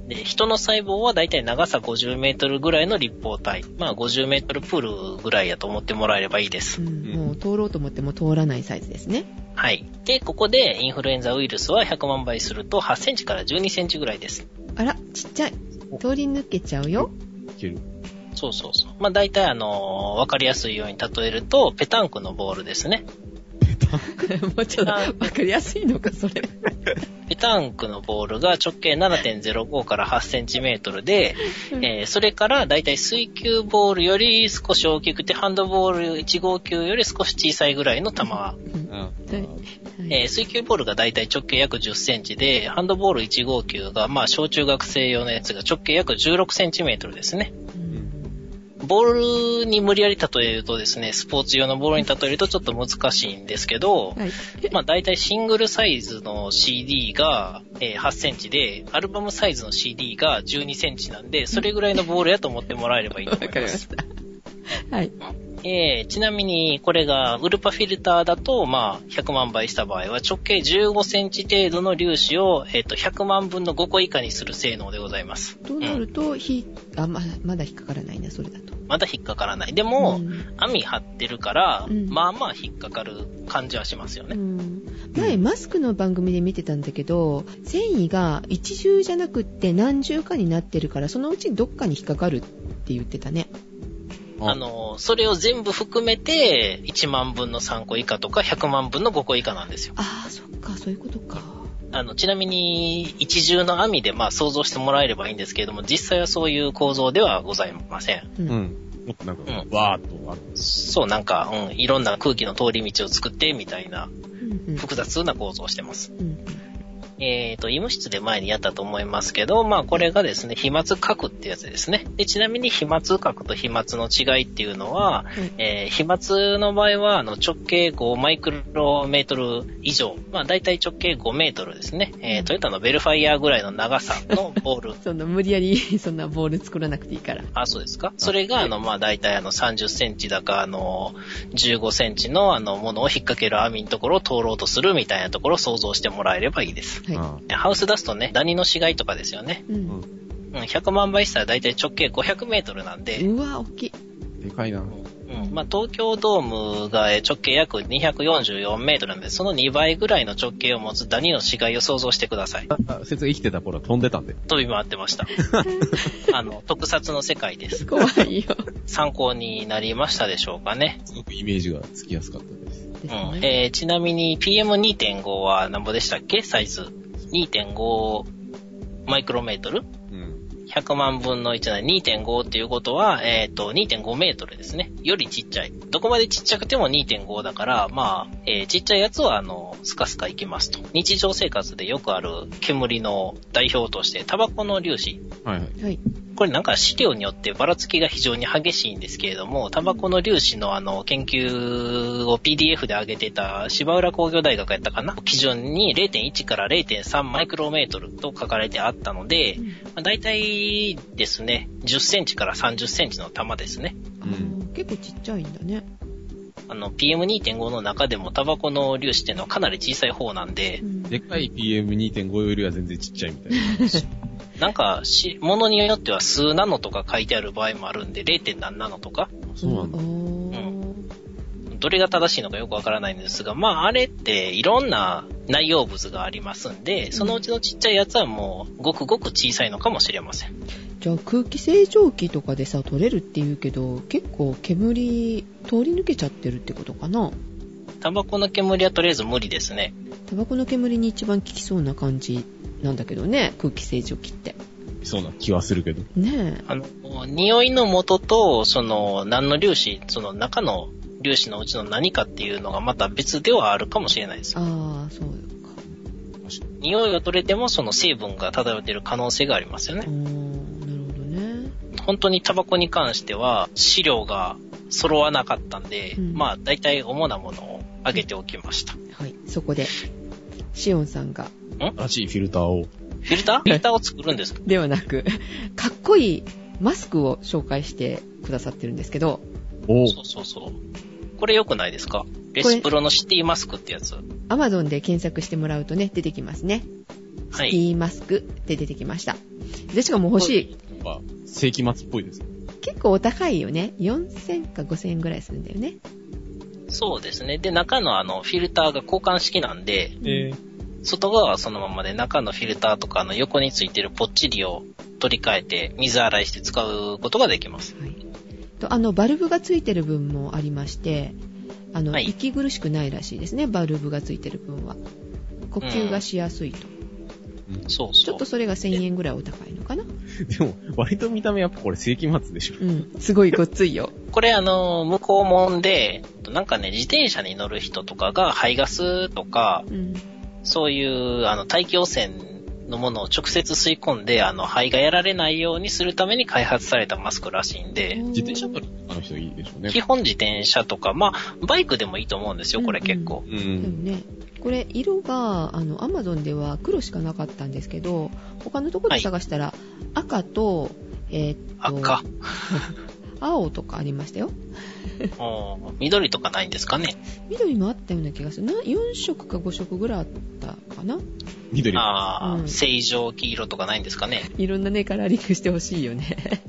S4: で、人の細胞はだいたい長さ50メートルぐらいの立方体。まあ、50メートルプールぐらいやと思ってもらえればいいです
S3: う。んもう通ろうと思っても通らないサイズですね。
S4: はい。で、ここでインフルエンザウイルスは100万倍すると8センチから12センチぐらいです。
S3: あら、ちっちゃい。通り抜けちゃうよ。
S2: いける。
S4: そうそうそう。まあ大体あのーわかりやすいように例えると、ペタンクのボールですね。
S3: もうちょっとわかりやすいのか、それ。
S4: ペタンクのボールが直径7.05から8センチメートルで、えーそれから大体水球ボールより少し大きくて、ハンドボール1号球より少し小さいぐらいの球。
S3: うんは
S2: あ
S3: いはい
S4: えー水球ボールが大体直径約10センチで、ハンドボール1号球が、まあ小中学生用のやつが直径約16センチメートルですね。
S3: うん
S4: ボールに無理やり例えるとですね、スポーツ用のボールに例えるとちょっと難しいんですけど、
S3: はい。
S4: まあ大体シングルサイズの CD がえー8センチで、アルバムサイズの CD が12センチなんで、それぐらいのボールやと思ってもらえればいい
S3: わ
S4: と
S3: かり
S4: 思い
S3: ま
S4: ます。
S3: した。はい。
S4: えーちなみに、これが、ウルパフィルターだと、まあ、100万倍した場合は、直径15センチ程度の粒子を、えっ、と、100万分の5個以下にする性能でございます。
S3: となると、ひ、あ、ま、まだ引っかからないな、それだと。
S4: まだ引っかからない。でも、
S3: うん
S4: 網張ってるから、
S3: うん
S4: まあまあ引っかかる感じはしますよ
S3: う
S4: ね。
S3: ん前、マスクの番組で見てたんだけど、繊維が一重じゃなくって何重かになってるから、そのうちどっかに引っかかるって言ってたね。
S4: あ、の、それを全部含めて、1万分の3個以下とか、100万分の5個以下なんですよ。
S3: ああ、そっか、そういうことか。
S4: あの、ちなみに、一重の網で、まあ、想像してもらえればいいんですけれども、実際はそういう構造ではございません。
S2: う
S3: う。
S2: んん。もっとなんか
S4: う、
S2: わーっとある。
S4: そう、なんか、うん、いろんな空気の通り道を作って、みたいな、
S3: うんうん
S4: 複雑な構造をしてます。
S3: うん
S4: ええっ、と、医務室で前にやったと思いますけど、まあこれがですね、飛沫核ってやつですね。で、ちなみに飛沫核と飛沫の違いっていうのは、えー飛沫の場合は、あの、直径5マイクロメートル以上、まあ大体直径5メートルですね、えートヨタのベルファイアぐらいの長さのボー ル。
S3: そんな無理やり そんなボール作らなくていいから。
S4: あ、そうですか。それが、あの、まあ、大体、あの、30センチだか、あの、15センチの、あの、ものを引っ掛ける網のところを通ろうとするみたいなところを想像してもらえればいいです。
S3: はい。
S2: あ
S4: ハウスダストね、ダニの死骸とかですよね。
S3: う
S2: うん
S3: ん、
S4: うん、100万倍したら大体直径500メートルなんで、
S3: うわ、大きい。
S2: でかいな。
S4: うん、まあ、東京ドームがえー直径約244メートルなんで、その2倍ぐらいの直径を持つダニの死骸を想像してください。
S2: あ説生きてた頃は飛んでたんで。
S4: 飛び回って ました。あの、特撮の世界です。
S3: 怖いよ。
S4: 参考になりましたでしょうかね。
S2: すごくイメージがつきやすかったです。
S3: です
S4: う
S3: ね
S4: んえーちなみに PM2.5 は何ぼでしたっけサイズ。2.5マイクロメートル
S2: うん。
S4: 100万分の1なので2.5っていうことは、えっ、と、2.5メートルですね。よりちっちゃい。どこまでちっちゃくても2.5だから、まあ、えーちっちゃいやつは、あの、スカスカいきますと。日常生活でよくある煙の代表として、タバコの粒子。
S2: はいはい。
S3: はい。
S4: これなんか資料によってばらつきが非常に激しいんですけれども、タバコの粒子のあの研究を PDF で上げてた芝浦工業大学やったかな基準に0.1から0.3マイクロメートルと書かれてあったので、まあ、大体ですね、10センチから30センチの玉ですね。
S2: うん
S3: あー結構ちっちゃいんだね。
S4: あの PM2.5 の中でもタバコの粒子っていうのはかなり小さい方なんで
S3: う、ん
S2: でかい PM2.5 よりは全然ちっちゃいみたいな。
S4: なんかし、ものによっては数ナノとか書いてある場合もあるんで、0. 何ナノとか
S2: あそうなんだ。
S3: おー
S4: どれが正しいのかよくわからないんですが、まあ、あれっていろんな内容物がありますんで、そのうちのちっちゃいやつはもう、ごくごく小さいのかもしれません。
S3: じゃあ空気清浄機とかでさ取れるっていうけど結構煙通り抜けちゃってるってことかな
S4: タバコの煙はとりあえず無理ですね。
S3: タバコの煙に一番効きそうな感じなんだけどね空気清浄機って
S2: そうな気はするけど。
S3: ねえ
S4: あの、匂いの元と、その、何の粒子、その中の粒子のうちの何かっていうのがまた別ではあるかもしれないです。
S3: ああそうか
S4: 匂いが取れても、その成分が漂っている可能性がありますよ
S3: あー
S4: ね。
S3: なるほどね
S4: 本当にタバコに関しては資料が揃わなかったんで、
S3: うん
S4: まあ大体主なものを挙げておきました。フ
S3: はいそこでシオンさんが
S2: 新しいフィルターを。
S4: ィルターフィルターを作るんですか
S3: ではなく かっこいいマスクを紹介してくださってるんですけど
S2: お
S4: そうそうそう。これ良くないですかレスプロのシティマスクってやつ。
S3: Amazon で検索してもらうとね出てきますね
S4: は
S3: テ
S4: い。
S3: ィーマスクって出てきましたでしかも欲しい
S2: は世紀末っぽいです。
S3: 結構お高いよね。4000か5000円ぐらいするんだよね。
S4: そうですね。で、中のあの、フィルターが交換式なんで、
S2: え
S4: 外側はそのままで中のフィルターとかの横についてるポッチリを取り替えて水洗いして使うことができます。
S3: はい。と、あの、バルブがついてる分もありまして、あの、
S4: はい
S3: 息苦しくないらしいですね。バルブがついてる分は。呼吸がしやすいと。
S4: そう
S3: ち
S4: そ
S3: ょ
S4: う
S3: っと。それが1000円ぐらいお高いのかな。
S2: でも、割と見た目やっぱこれ世紀末でしょ。
S3: うん。すごいごっついよ。
S4: これあの、向こうもんで、なんかね、自転車に乗る人とかが排ガスとか、
S3: うん。
S4: そういう、あの、大気汚染のものを直接吸い込んで、あの、肺がやられないようにするために開発されたマスクらしいんで、
S2: 自転車乗りとかの人いいでしょうね。
S4: 基本自転車とか、まあ、バイクでもいいと思うんですよ、これ結構。
S2: う
S3: でも
S2: ん。
S3: ね、これ色があのアマゾンでは黒しかなかったんですけど他のところで探したら赤と,、えーっと
S4: 赤。
S3: 青とかありましたよ
S4: うん緑とかないんですかね。
S3: 緑もあったような気がするな4色か5色ぐらいあったかな
S2: 緑。
S4: ああ、
S3: うん
S4: 正常黄色とかないんですかね。
S3: いろんなねカラーリングしてほしいよね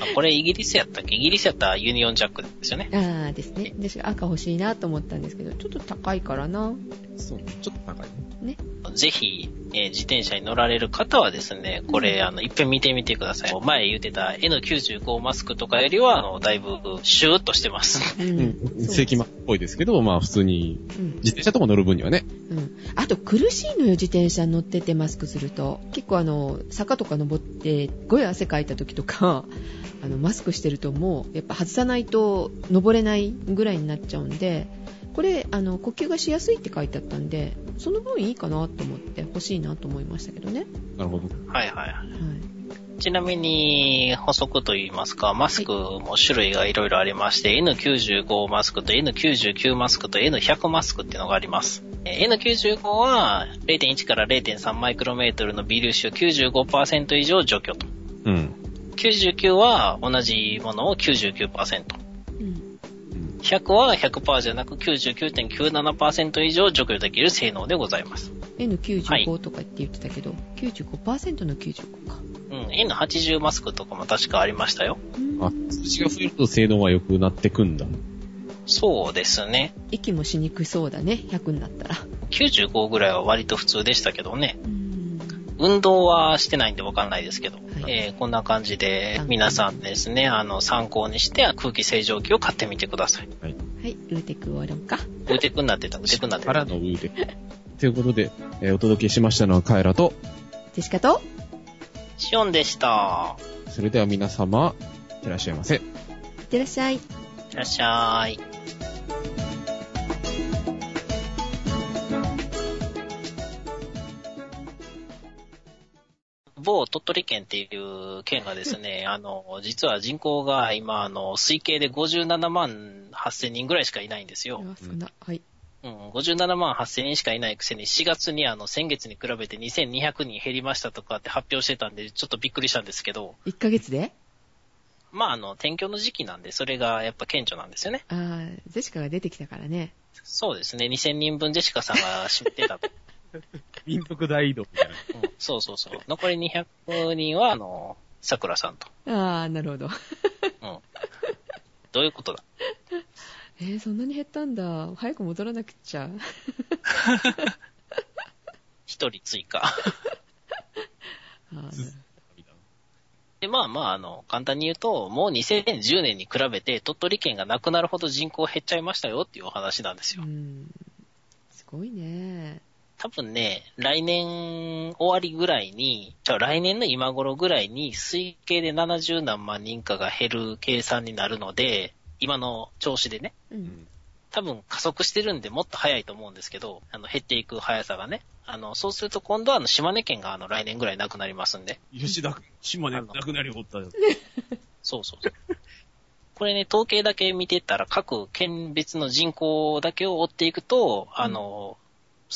S4: あこれイギリスやったっけイギリスやったらユニオンジャックですよね。
S3: あ あですね私赤欲しいなと思ったんですけどちょっと高いからな
S2: そう。ちょっと高いね。
S4: ぜひ、えー自転車に乗られる方はですね、これ、あの、一遍見てみてください。前言ってた N95 マスクとかよりは、あの、だいぶ、シューっとしてます。
S3: う
S2: うん。
S3: そう
S2: 世紀末っぽいですけど、まあ普通に、
S3: うん、
S2: 自転車とか乗る分にはね。
S3: うん、あと苦しいのよ自転車乗っててマスクすると結構あの坂とか登ってすごい汗かいた時とか あのマスクしてるともうやっぱ外さないと登れないぐらいになっちゃうんでこれあの呼吸がしやすいって書いてあったんでその分いいかなと思って欲しいなと思いましたけどね。
S2: なるほど。
S4: はいはい。
S3: はい。
S4: ちなみに、補足といいますか、マスクも種類がいろいろありまして、N95 マスクと N99 マスクと N100 マスクっていうのがあります。えー N95 は0.1から0.3マイクロメートルの微粒子を95%以上除去と。
S2: うん。
S4: 99は同じものを99%。
S3: うん。
S4: 100は100%じゃなく99.97%以上除去できる性能でございます。
S3: N95 とかって言ってたけど、95%の95か。
S4: うん、N80 マスクとかも確かありましたよ。
S3: うん
S2: あ、数値が増えると性能は良くなってくんだ。
S4: そうですね。
S3: 息もしにくそうだね、100になったら。
S4: 95ぐらいは割と普通でしたけどね。
S3: うん。
S4: 運動はしてないんでわかんないですけど、
S3: はい
S4: えーこんな感じで皆さんですね、あの、参考にして空気清浄機を買ってみてください。
S3: はい、ウーテク終わろうか。
S4: うてくんなってた、うてくんなって
S2: か
S4: た。
S2: らの上で。ということで、えーお届けしましたのはカエラと、
S3: ジェシカと、
S4: シオンでした。
S2: それでは皆様、いらっしゃいませ。
S3: いってらっしゃい。
S4: いらっしゃい。某鳥取県っていう県がです ね、あの、実は人口が今、あの、推計で57万8000人ぐらいしかいないんですよ。
S3: あそんな、はい。
S4: うん、57万8000人しかいないくせに、4月にあの、先月に比べて2200人減りましたとかって発表してたんで、ちょっとびっくりしたんですけど、
S3: 1ヶ月で
S4: まあ、あの、転居の時期なんで、それがやっぱ顕著なんですよね。
S3: あージェシカが出てきたからね。
S4: そうですね、2000人分ジェシカさんが知ってたと。
S2: 民族大移動みたいな。
S4: うんそうそうそう。残り200人は、あの、桜さんと。
S3: あー、なるほど。
S4: うん。どういうことだ
S3: えー、そんなに減ったんだ。早く戻らなくっちゃ。
S4: 一人追加。
S3: あー
S4: で、まあまあ、あの、簡単に言うと、もう2010年に比べて、鳥取県がなくなるほど人口減っちゃいましたよっていうお話なんです
S3: う
S4: よ。
S3: ん。すごいね。
S4: 多分ね、来年終わりぐらいに、じゃあ来年の今頃ぐらいに、推計で70何万人かが減る計算になるので、今の調子でね、
S3: うん。
S4: 多分加速してるんでもっと早いと思うんですけど、あの、減っていく速さがね。あの、そうすると今度はあの、島根県があの、来年ぐらいなくなりますんで。
S2: 吉田、島
S4: 根な
S2: くなりおったよ。
S4: そうそうそう。これね、統計だけ見てたら、各県別の人口だけを追っていくと、あの、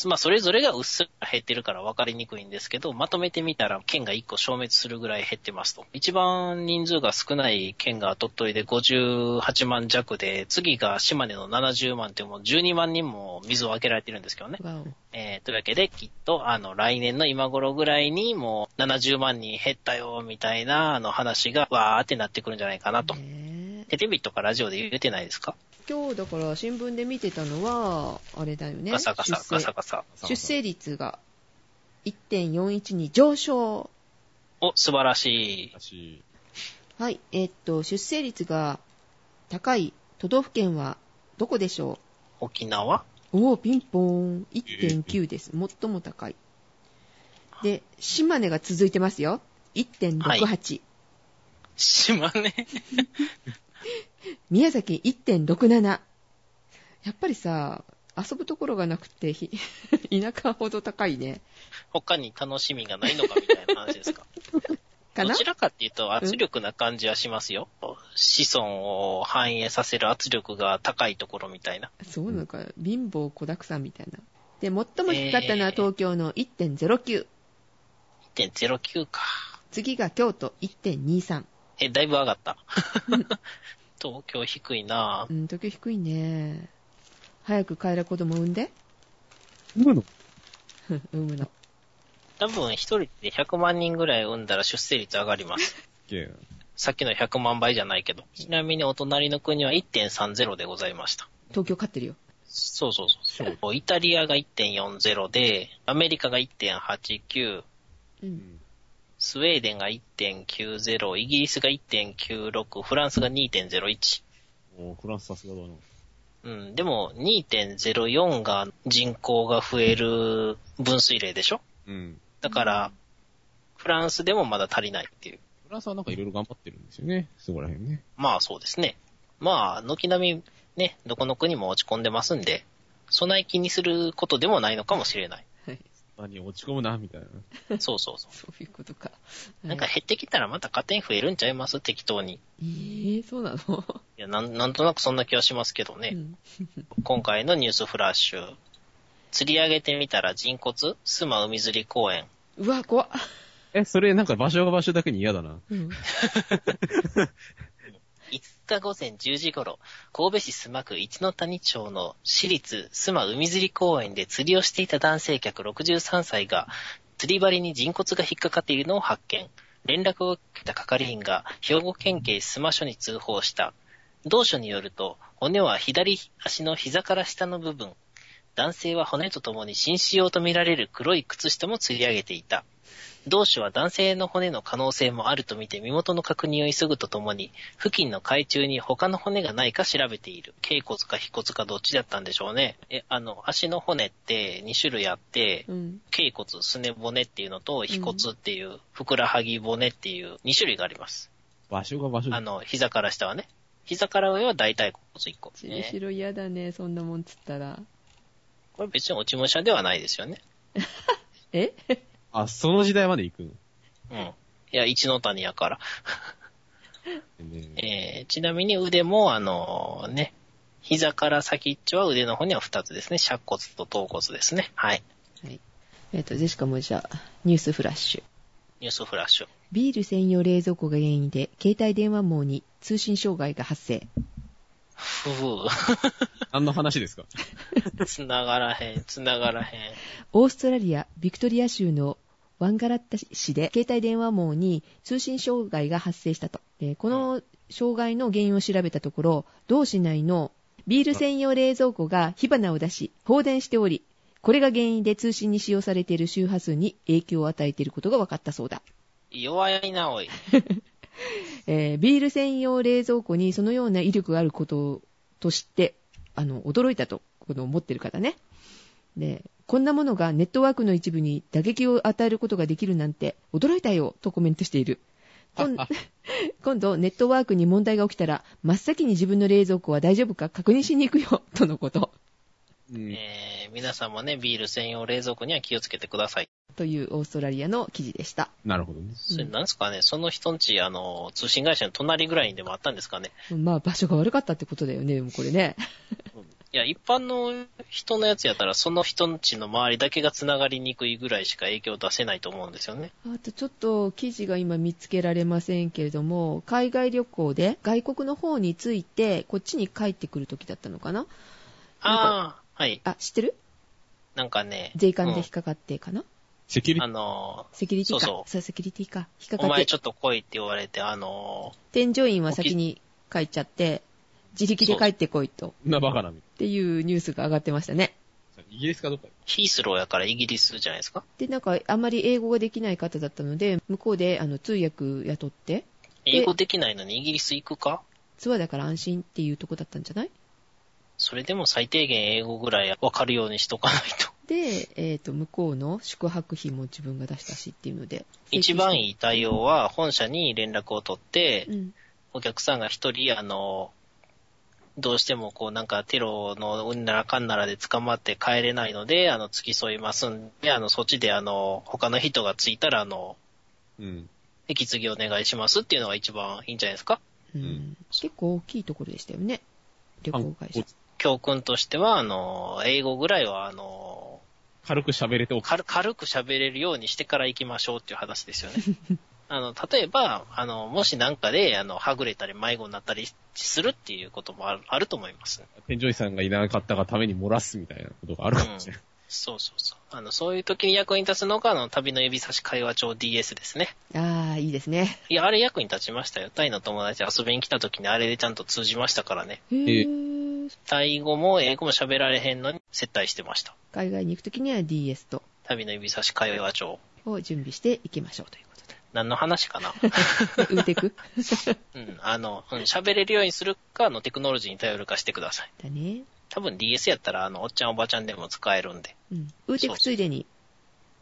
S4: まあ、それぞれがうっすら減ってるから分かりにくいんですけど、まとめてみたら、県が1個消滅するぐらい減ってますと。一番人数が少ない県が鳥取で58万弱で、次が島根の70万っていうもう12万人も水を開けられてるんですけどね。
S3: わお。
S4: えーというわけで、きっと、あの、来年の今頃ぐらいに、もう、70万人減ったよ、みたいな、あの、話が、わーってなってくるんじゃないかなと。
S3: ねえ
S4: テレビとかラジオで言うてないですか
S3: 今日だから新聞で見てたのは、あれだよね。
S4: ガサガサ、
S3: 出
S4: ガサ
S3: 生
S4: ガサ。
S3: 出生率が1.41に上昇。
S4: お、素晴らしい。
S2: 私、
S3: はい。えーっと、出生率が高い都道府県はどこでしょ
S4: 沖縄
S3: うおー、ピンポーン。1.9です。最も高い。で、島根が続いてますよ。1.68。
S4: 島根
S3: 宮崎1.67。やっぱりさ、遊ぶところがなくて、ひ 田舎ほど高いね。
S4: 他に楽しみがないのかみたいな話ですか
S3: か
S4: ど
S3: な
S4: ちらかっていうと圧力な感じはしますよ。子孫を反映させる圧力が高いところみたいな。
S3: そうなのか、貧乏子だくさんみたいな。で、最も低かったのは
S4: えー
S3: 東京の1.09。
S4: 1.09か。
S3: 次が京都1.23。
S4: え、だいぶ上がった。 東京低いなぁ
S3: うん、東京低いね。早く帰ら子供産んで。
S2: 産むの
S3: ふん産むの。
S4: 多分一人で100万人ぐらい産んだら出生率上がり ます。
S2: け
S4: さっきの100万倍じゃないけど。ちなみにお隣の国は1.30でございました。
S3: 東京勝ってるよ。
S4: そうそうそうそう。イタリアが1.40で、アメリカが1.89、
S3: うん。
S4: スウェーデンが1.90、イギリスが1.96、フランスが2.01。
S2: もうフランスさすがだな。
S4: うん、でも2.04が人口が増える分水嶺でしょ
S2: うん。
S4: だから、フランスでもまだ足りないっていう。
S2: フランスはなんかいろいろ頑張ってるんですよね。そこら辺ね。
S4: まあそうですね。まあ、軒並みね、どこの国も落ち込んでますんで、備え気にすることでもないのかもしれない。
S3: はい。
S2: 何落ち込むな、みたいな。
S4: そうそうそ
S3: そういうことか。
S4: う。なんか
S3: はい
S4: 減ってきたらまた勝手に増えるんちゃいます適当に。い
S3: えー、そうなの、
S4: や、なん、なんとなくそんな気はしますけどね。
S3: うん
S4: 今回のニュースフラッシュ。釣り上げてみたら人骨須磨海釣り公園。
S3: うわ、怖っ。
S2: え、それなんか場所が場所だけに嫌だな。
S3: うん
S4: 5日午前10時頃、神戸市須磨区一ノ谷町の市立須磨海釣り公園で釣りをしていた男性客63歳が、釣り針に人骨が引っかかっているのを発見。連絡を受けた係員が兵庫県警須磨署に通報した。同署によると、骨は左足の膝から下の部分。男性は骨とともに紳士用とみられる黒い靴下も釣り上げていた。同種は男性の骨の可能性もあるとみて身元の確認を急ぐとともに、付近の海中に他の骨がないか調べている。頸骨か皮骨かどっちだったんでしょうね。え、あの、足の骨って2種類あって、
S3: うん。
S4: 頸骨、すね骨っていうのと、皮骨っていう、ふくらはぎ骨っていう2種類があります。
S2: 場所が場所
S4: あの、膝から下はね。膝から上は大腿骨1個、
S3: ちりし
S4: ね。
S3: ろ嫌だね、そんなもんつったら。
S4: これ別に落ち武者ではないですよね。
S3: え
S2: あ、その時代まで行くの。
S4: うん。いや、一の谷やから。
S2: ね
S4: えーちなみに腕も、あのね、膝から先っちょは腕の方には2つですね。尺骨と頭骨ですね。はい。
S3: はい。えっ、と、ジェシカもじゃあ、ニュースフラッシュ。
S4: ニュースフラッシュ。
S3: ビール専用冷蔵庫が原因で、携帯電話網に通信障害が発生。
S4: ふ ぅ。
S2: 何の話ですか
S4: つながらへん、つながらへん。
S3: オーストラリア、ビクトリア州のワンガラッタ市で、携帯電話網に通信障害が発生したと。えーこの障害の原因を調べたところ、同市内のビール専用冷蔵庫が火花を出し、放電しており、これが原因で通信に使用されている周波数に影響を与えていることが分かったそうだ。
S4: 弱いな、おい。
S3: えービール専用冷蔵庫にそのような威力があることとして、あの、驚いたと、この思ってる方ね。で、こんなものがネットワークの一部に打撃を与えることができるなんて驚いたよとコメントしている。こん今度、ネットワークに問題が起きたら、真っ先に自分の冷蔵庫は大丈夫か確認しに行くよ、 とのこと。
S2: うん。
S4: えー、皆さんもね、ビール専用冷蔵庫には気をつけてください。
S3: というオーストラリアの記事でした。
S2: なるほどね。
S4: それなんですかね、その人んち、あの、通信会社の隣ぐらいにでもあったんですかね。
S3: まあ、場所が悪かったってことだよね、でもこれね。
S4: いや、一般の人のやつやったら、その人んちの周りだけがつながりにくいぐらいしか影響を出せないと思うんですよね。
S3: あとちょっと記事が今見つけられませんけれども、海外旅行で外国の方について、こっちに帰ってくる時だったのかな
S4: ああ、はい。
S3: あ、知ってる
S4: なんかね。
S3: 税関で引っ
S4: う
S3: かかってかな、
S2: セキュ
S4: ん
S2: リテ
S4: あ
S2: ィ、
S4: の
S3: セキュリティか。
S4: そうそう
S3: セキュリティか。引っか
S4: ー、お
S3: かっ
S4: 前
S3: て
S4: ち、ょっと来いって言われて、あの
S3: 添乗員は先に帰っちゃって、自力で帰ってこいと。
S2: そんなバカなみ
S3: っていうニュースが上がってましたね。
S2: たいな。イギリスかどっか
S4: ー、ヒースローやからイギリスじゃないですか。
S3: で、なんか、あんまり英語ができない方だったので、向こうで、あの、通訳雇って、
S4: 英語できないのにイギリス行くか
S3: ツアーだから安心っていうとこだったんじゃない
S4: それでも最低限英語ぐらいわかるようにしとかないと。
S3: で、えっ、と、向こうの宿泊費も自分が出したしっていうので。
S4: 一番
S3: い。
S4: いい対応は、本社に連絡を取って
S3: う、ん。
S4: お客さんが一人、あの、どうしてもこうなんかテロのうんならかんならで捕まって帰れないので、あの、付き添いますんで、あの、そっちであの、他の人が着いたら、あの、
S2: に。うん。
S4: 引き継ぎお願いしますっていうのが一番いいんじゃないですか。
S3: うん
S2: ん
S3: 結構大きいところでしたよね。旅行会社
S2: あ。
S4: 教訓としては、あの、英語ぐらいは、あの、
S2: 軽く喋れておく。
S4: 軽軽く喋れるようにしてから行きましょうっていう話ですよね。あの、例えば、あの、もしなんかで、あの、はぐれたり迷子になったりするっていうこともあるあると思います。
S2: 天井員さんがいなかったがために漏らすみたいなことがあるかもしれない。
S4: そうそうそう。あの、そういう時に役に立つのが、あの、旅の指差し会話帳 DS ですね。
S3: ああ、いいですね。
S4: いや、あれ役に立ちましたよ。タイの友達遊びに来た時にあれでちゃんと通じましたからね。
S3: へ
S2: え
S3: ー
S4: タイ語も英語も喋られへんのに接待してました。
S3: 海外に行くときには DS と
S4: 旅の指差し会話帳。
S3: を準備していきましょうというこ
S4: 何の話かな
S3: とで。浮いていく
S4: うん、あの、うん喋れるようにするか、あの、テクノロジーに頼るかしてください。
S3: だね。
S4: 多分 DS やったら、あの、おっちゃんおばちゃんでも使えるんで。
S3: うん。浮いていくついでに、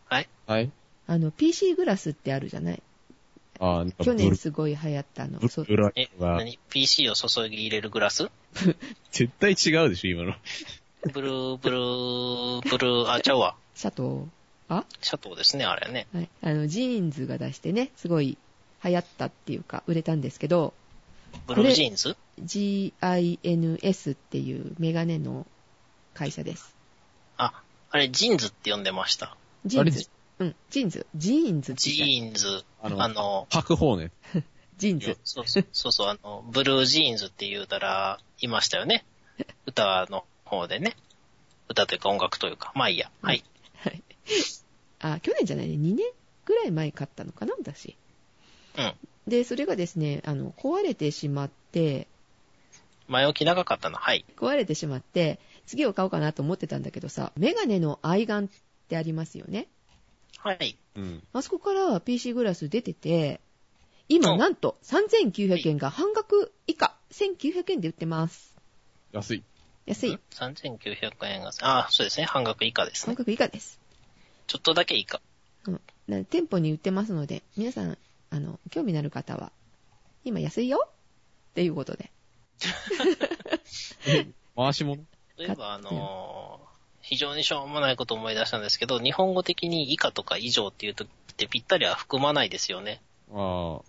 S4: はい。
S2: はい。
S3: あの、PC グラスってあるじゃない
S2: あーなんか
S3: 去
S2: ブ
S3: 年
S2: ル、
S3: すごい流行ったあの、そう
S2: ブルラ
S4: え、
S2: が、
S4: 何 ?PC を注ぎ入れるグラス
S2: 絶対違うでしょ、今の。
S4: ブルー、ブルー、ブルー、あ、ちゃうわ。
S3: シャトー、あ
S4: シャトーですね、あれね。
S3: はい。あの、ジーンズが出してね、すごい流行ったっていうか、売れたんですけど、
S4: ブルージーンズ
S3: GINS っていうメガネの会社です。
S4: あ、あれ、ジーンズって呼んでました。
S3: ジーン
S2: れ
S3: ズ。うん、ジーンズ。ジーンズって
S4: ジ
S3: 言っ
S4: ーンズ、
S2: あの
S4: あの、
S2: 履く方ね。
S3: た。ジーンズ。
S4: そうそうそうそう、あの、ブルージーンズって言うたら、いましたよね。歌の方でね。歌というか音楽というか。まあいいや。はい。
S3: はい。あ、去年じゃないね。2年ぐらい前に買ったのかな、私。
S4: うん。
S3: で、それがですね、あの、壊れてしまって、
S4: 前置き長かったな。はい。
S3: 壊れてしまって、次を買おうかなと思ってたんだけどさ、メガネの愛眼ってありますよね。
S4: はい。
S2: うん。
S3: あそこからは PC グラス出てて、今
S4: お
S3: なんと3900円が半額以下、1900円で売ってます。
S2: 安い。
S3: 安い。
S4: 3900円が、あ、そうですね。半額以下です
S3: 半
S4: ね。
S3: 額以下です。
S4: ちょっとだけ以下。
S3: うん。なので店舗に売ってますので、皆さん、あの、興味のある方は、今安いよっていうことで。
S2: 回し物
S4: 例えば、あのー非常にしょうもないことを思い出したんですけど、日本語的に以下とか以上っていうとってぴったりは含まないですよね。
S2: あ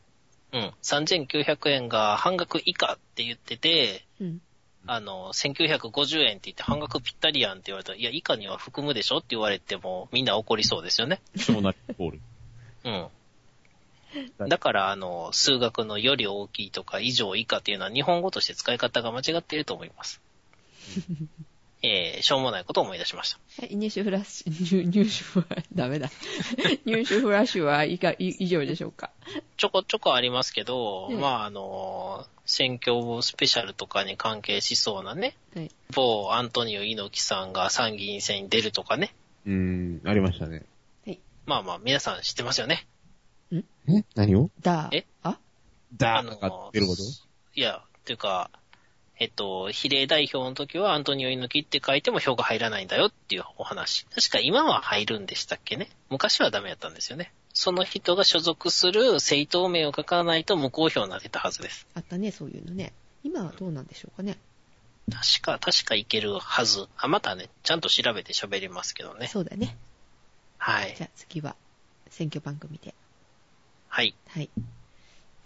S2: あ。
S4: うん。3900円が半額以下って言ってて、
S3: うん。
S4: あの、1950円って言って半額ぴったりやんって言われたら、いや、以下には含むでしょって言われても、みんな怒りそうですよね。
S2: 小なりボール。
S4: うん
S2: は。い
S4: だから、あの、数学のより大きいとか以上以下っていうのは日本語として使い方が間違っていると思い ます。えー、しょうもないことを思い出しました。
S3: はい、入手フラッシュ、 入入手フラッシュ、ダメだ。 入手フラッシュは以下、い以上でしょうか。
S4: ちょこちょこありますけど、
S3: うん
S4: まあ、あの、選挙スペシャルとかに関係しそうなね、
S3: はい。
S4: 某アントニオ猪木さんが参議院選に出るとかね。
S2: うーん、ありましたね。
S4: まあまあ、皆さん知ってますよね。
S2: え何を
S3: だ、
S4: え
S3: あ
S2: だ
S4: あ
S2: ー
S4: の
S2: とか出ること
S4: いや、というか、えっと、比例代表の時はアントニオ猪木って書いても票が入らないんだよっていうお話。確か今は入るんでしたっけね。昔はダメだったんですよね。その人が所属する政党名を書かないと無効票になってたはずです。
S3: あったね、そういうのね。今はどうなんでしょうかね。
S4: 確か、確かいけるはず。あ、またね、ちゃんと調べて喋りますけどね。
S3: そうだね。
S4: はい
S3: じ。ゃあ次は、選挙番組で。
S4: はい。
S3: はい。じ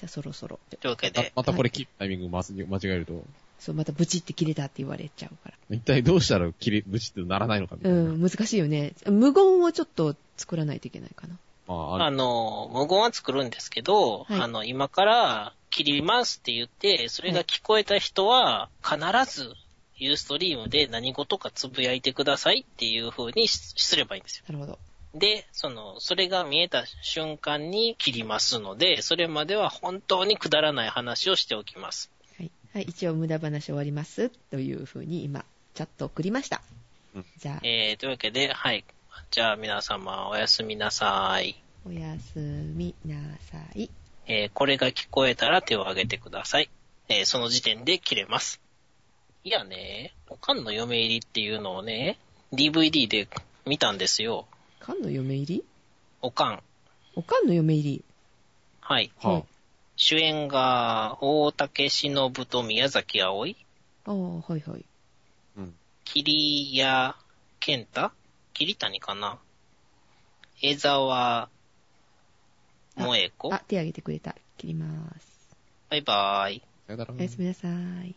S3: ゃあそろそろ。
S4: というわけ
S2: あ
S4: で、
S2: またこれ切るタイミング間違えると、
S3: そう、またブチって切れたって言われちゃうか
S2: 一体どうしたら切り、ブチってならないのかみた
S3: ら。
S2: いな。
S3: うん、難しいよね。無言をちょっと作らないといけないかな。
S2: まあ、あ
S4: あ
S2: る
S4: の、無言は作るんですけど、
S3: はい
S4: あの、今から切りますって言って、それが聞こえた人は、必ず、ユーストリームで何事かつぶやいてくださいっていう風にしすればいいんですよ。
S3: なるほど。
S4: で、その、それが見えた瞬間に切りますので、それまでは本当にくだらない話をしておきます。
S3: はい。はい、一応無駄話終わります。というふうに今、チャット送りました
S2: うん。
S3: じゃあ、
S4: えー、というわけで、はい。じゃあ皆様おやすみなさい。
S3: おやすみなさい。
S4: えーこれが聞こえたら手を挙げてください。えーその時点で切れます。いやね、おかんの嫁入りっていうのをね、DVD で見たんですよ。
S3: かんの嫁入り
S4: おかん。
S3: おかんの嫁入り。
S4: はい。
S2: は
S4: 主演が、大竹しのぶと宮崎葵、
S3: ああ、はいはい。
S2: あ、うん。
S4: 桐谷健太桐谷かな江沢萌子
S3: あ、手挙げてくれた。切ります。
S4: バイバイ。
S2: さよなら
S3: おやすみなさい。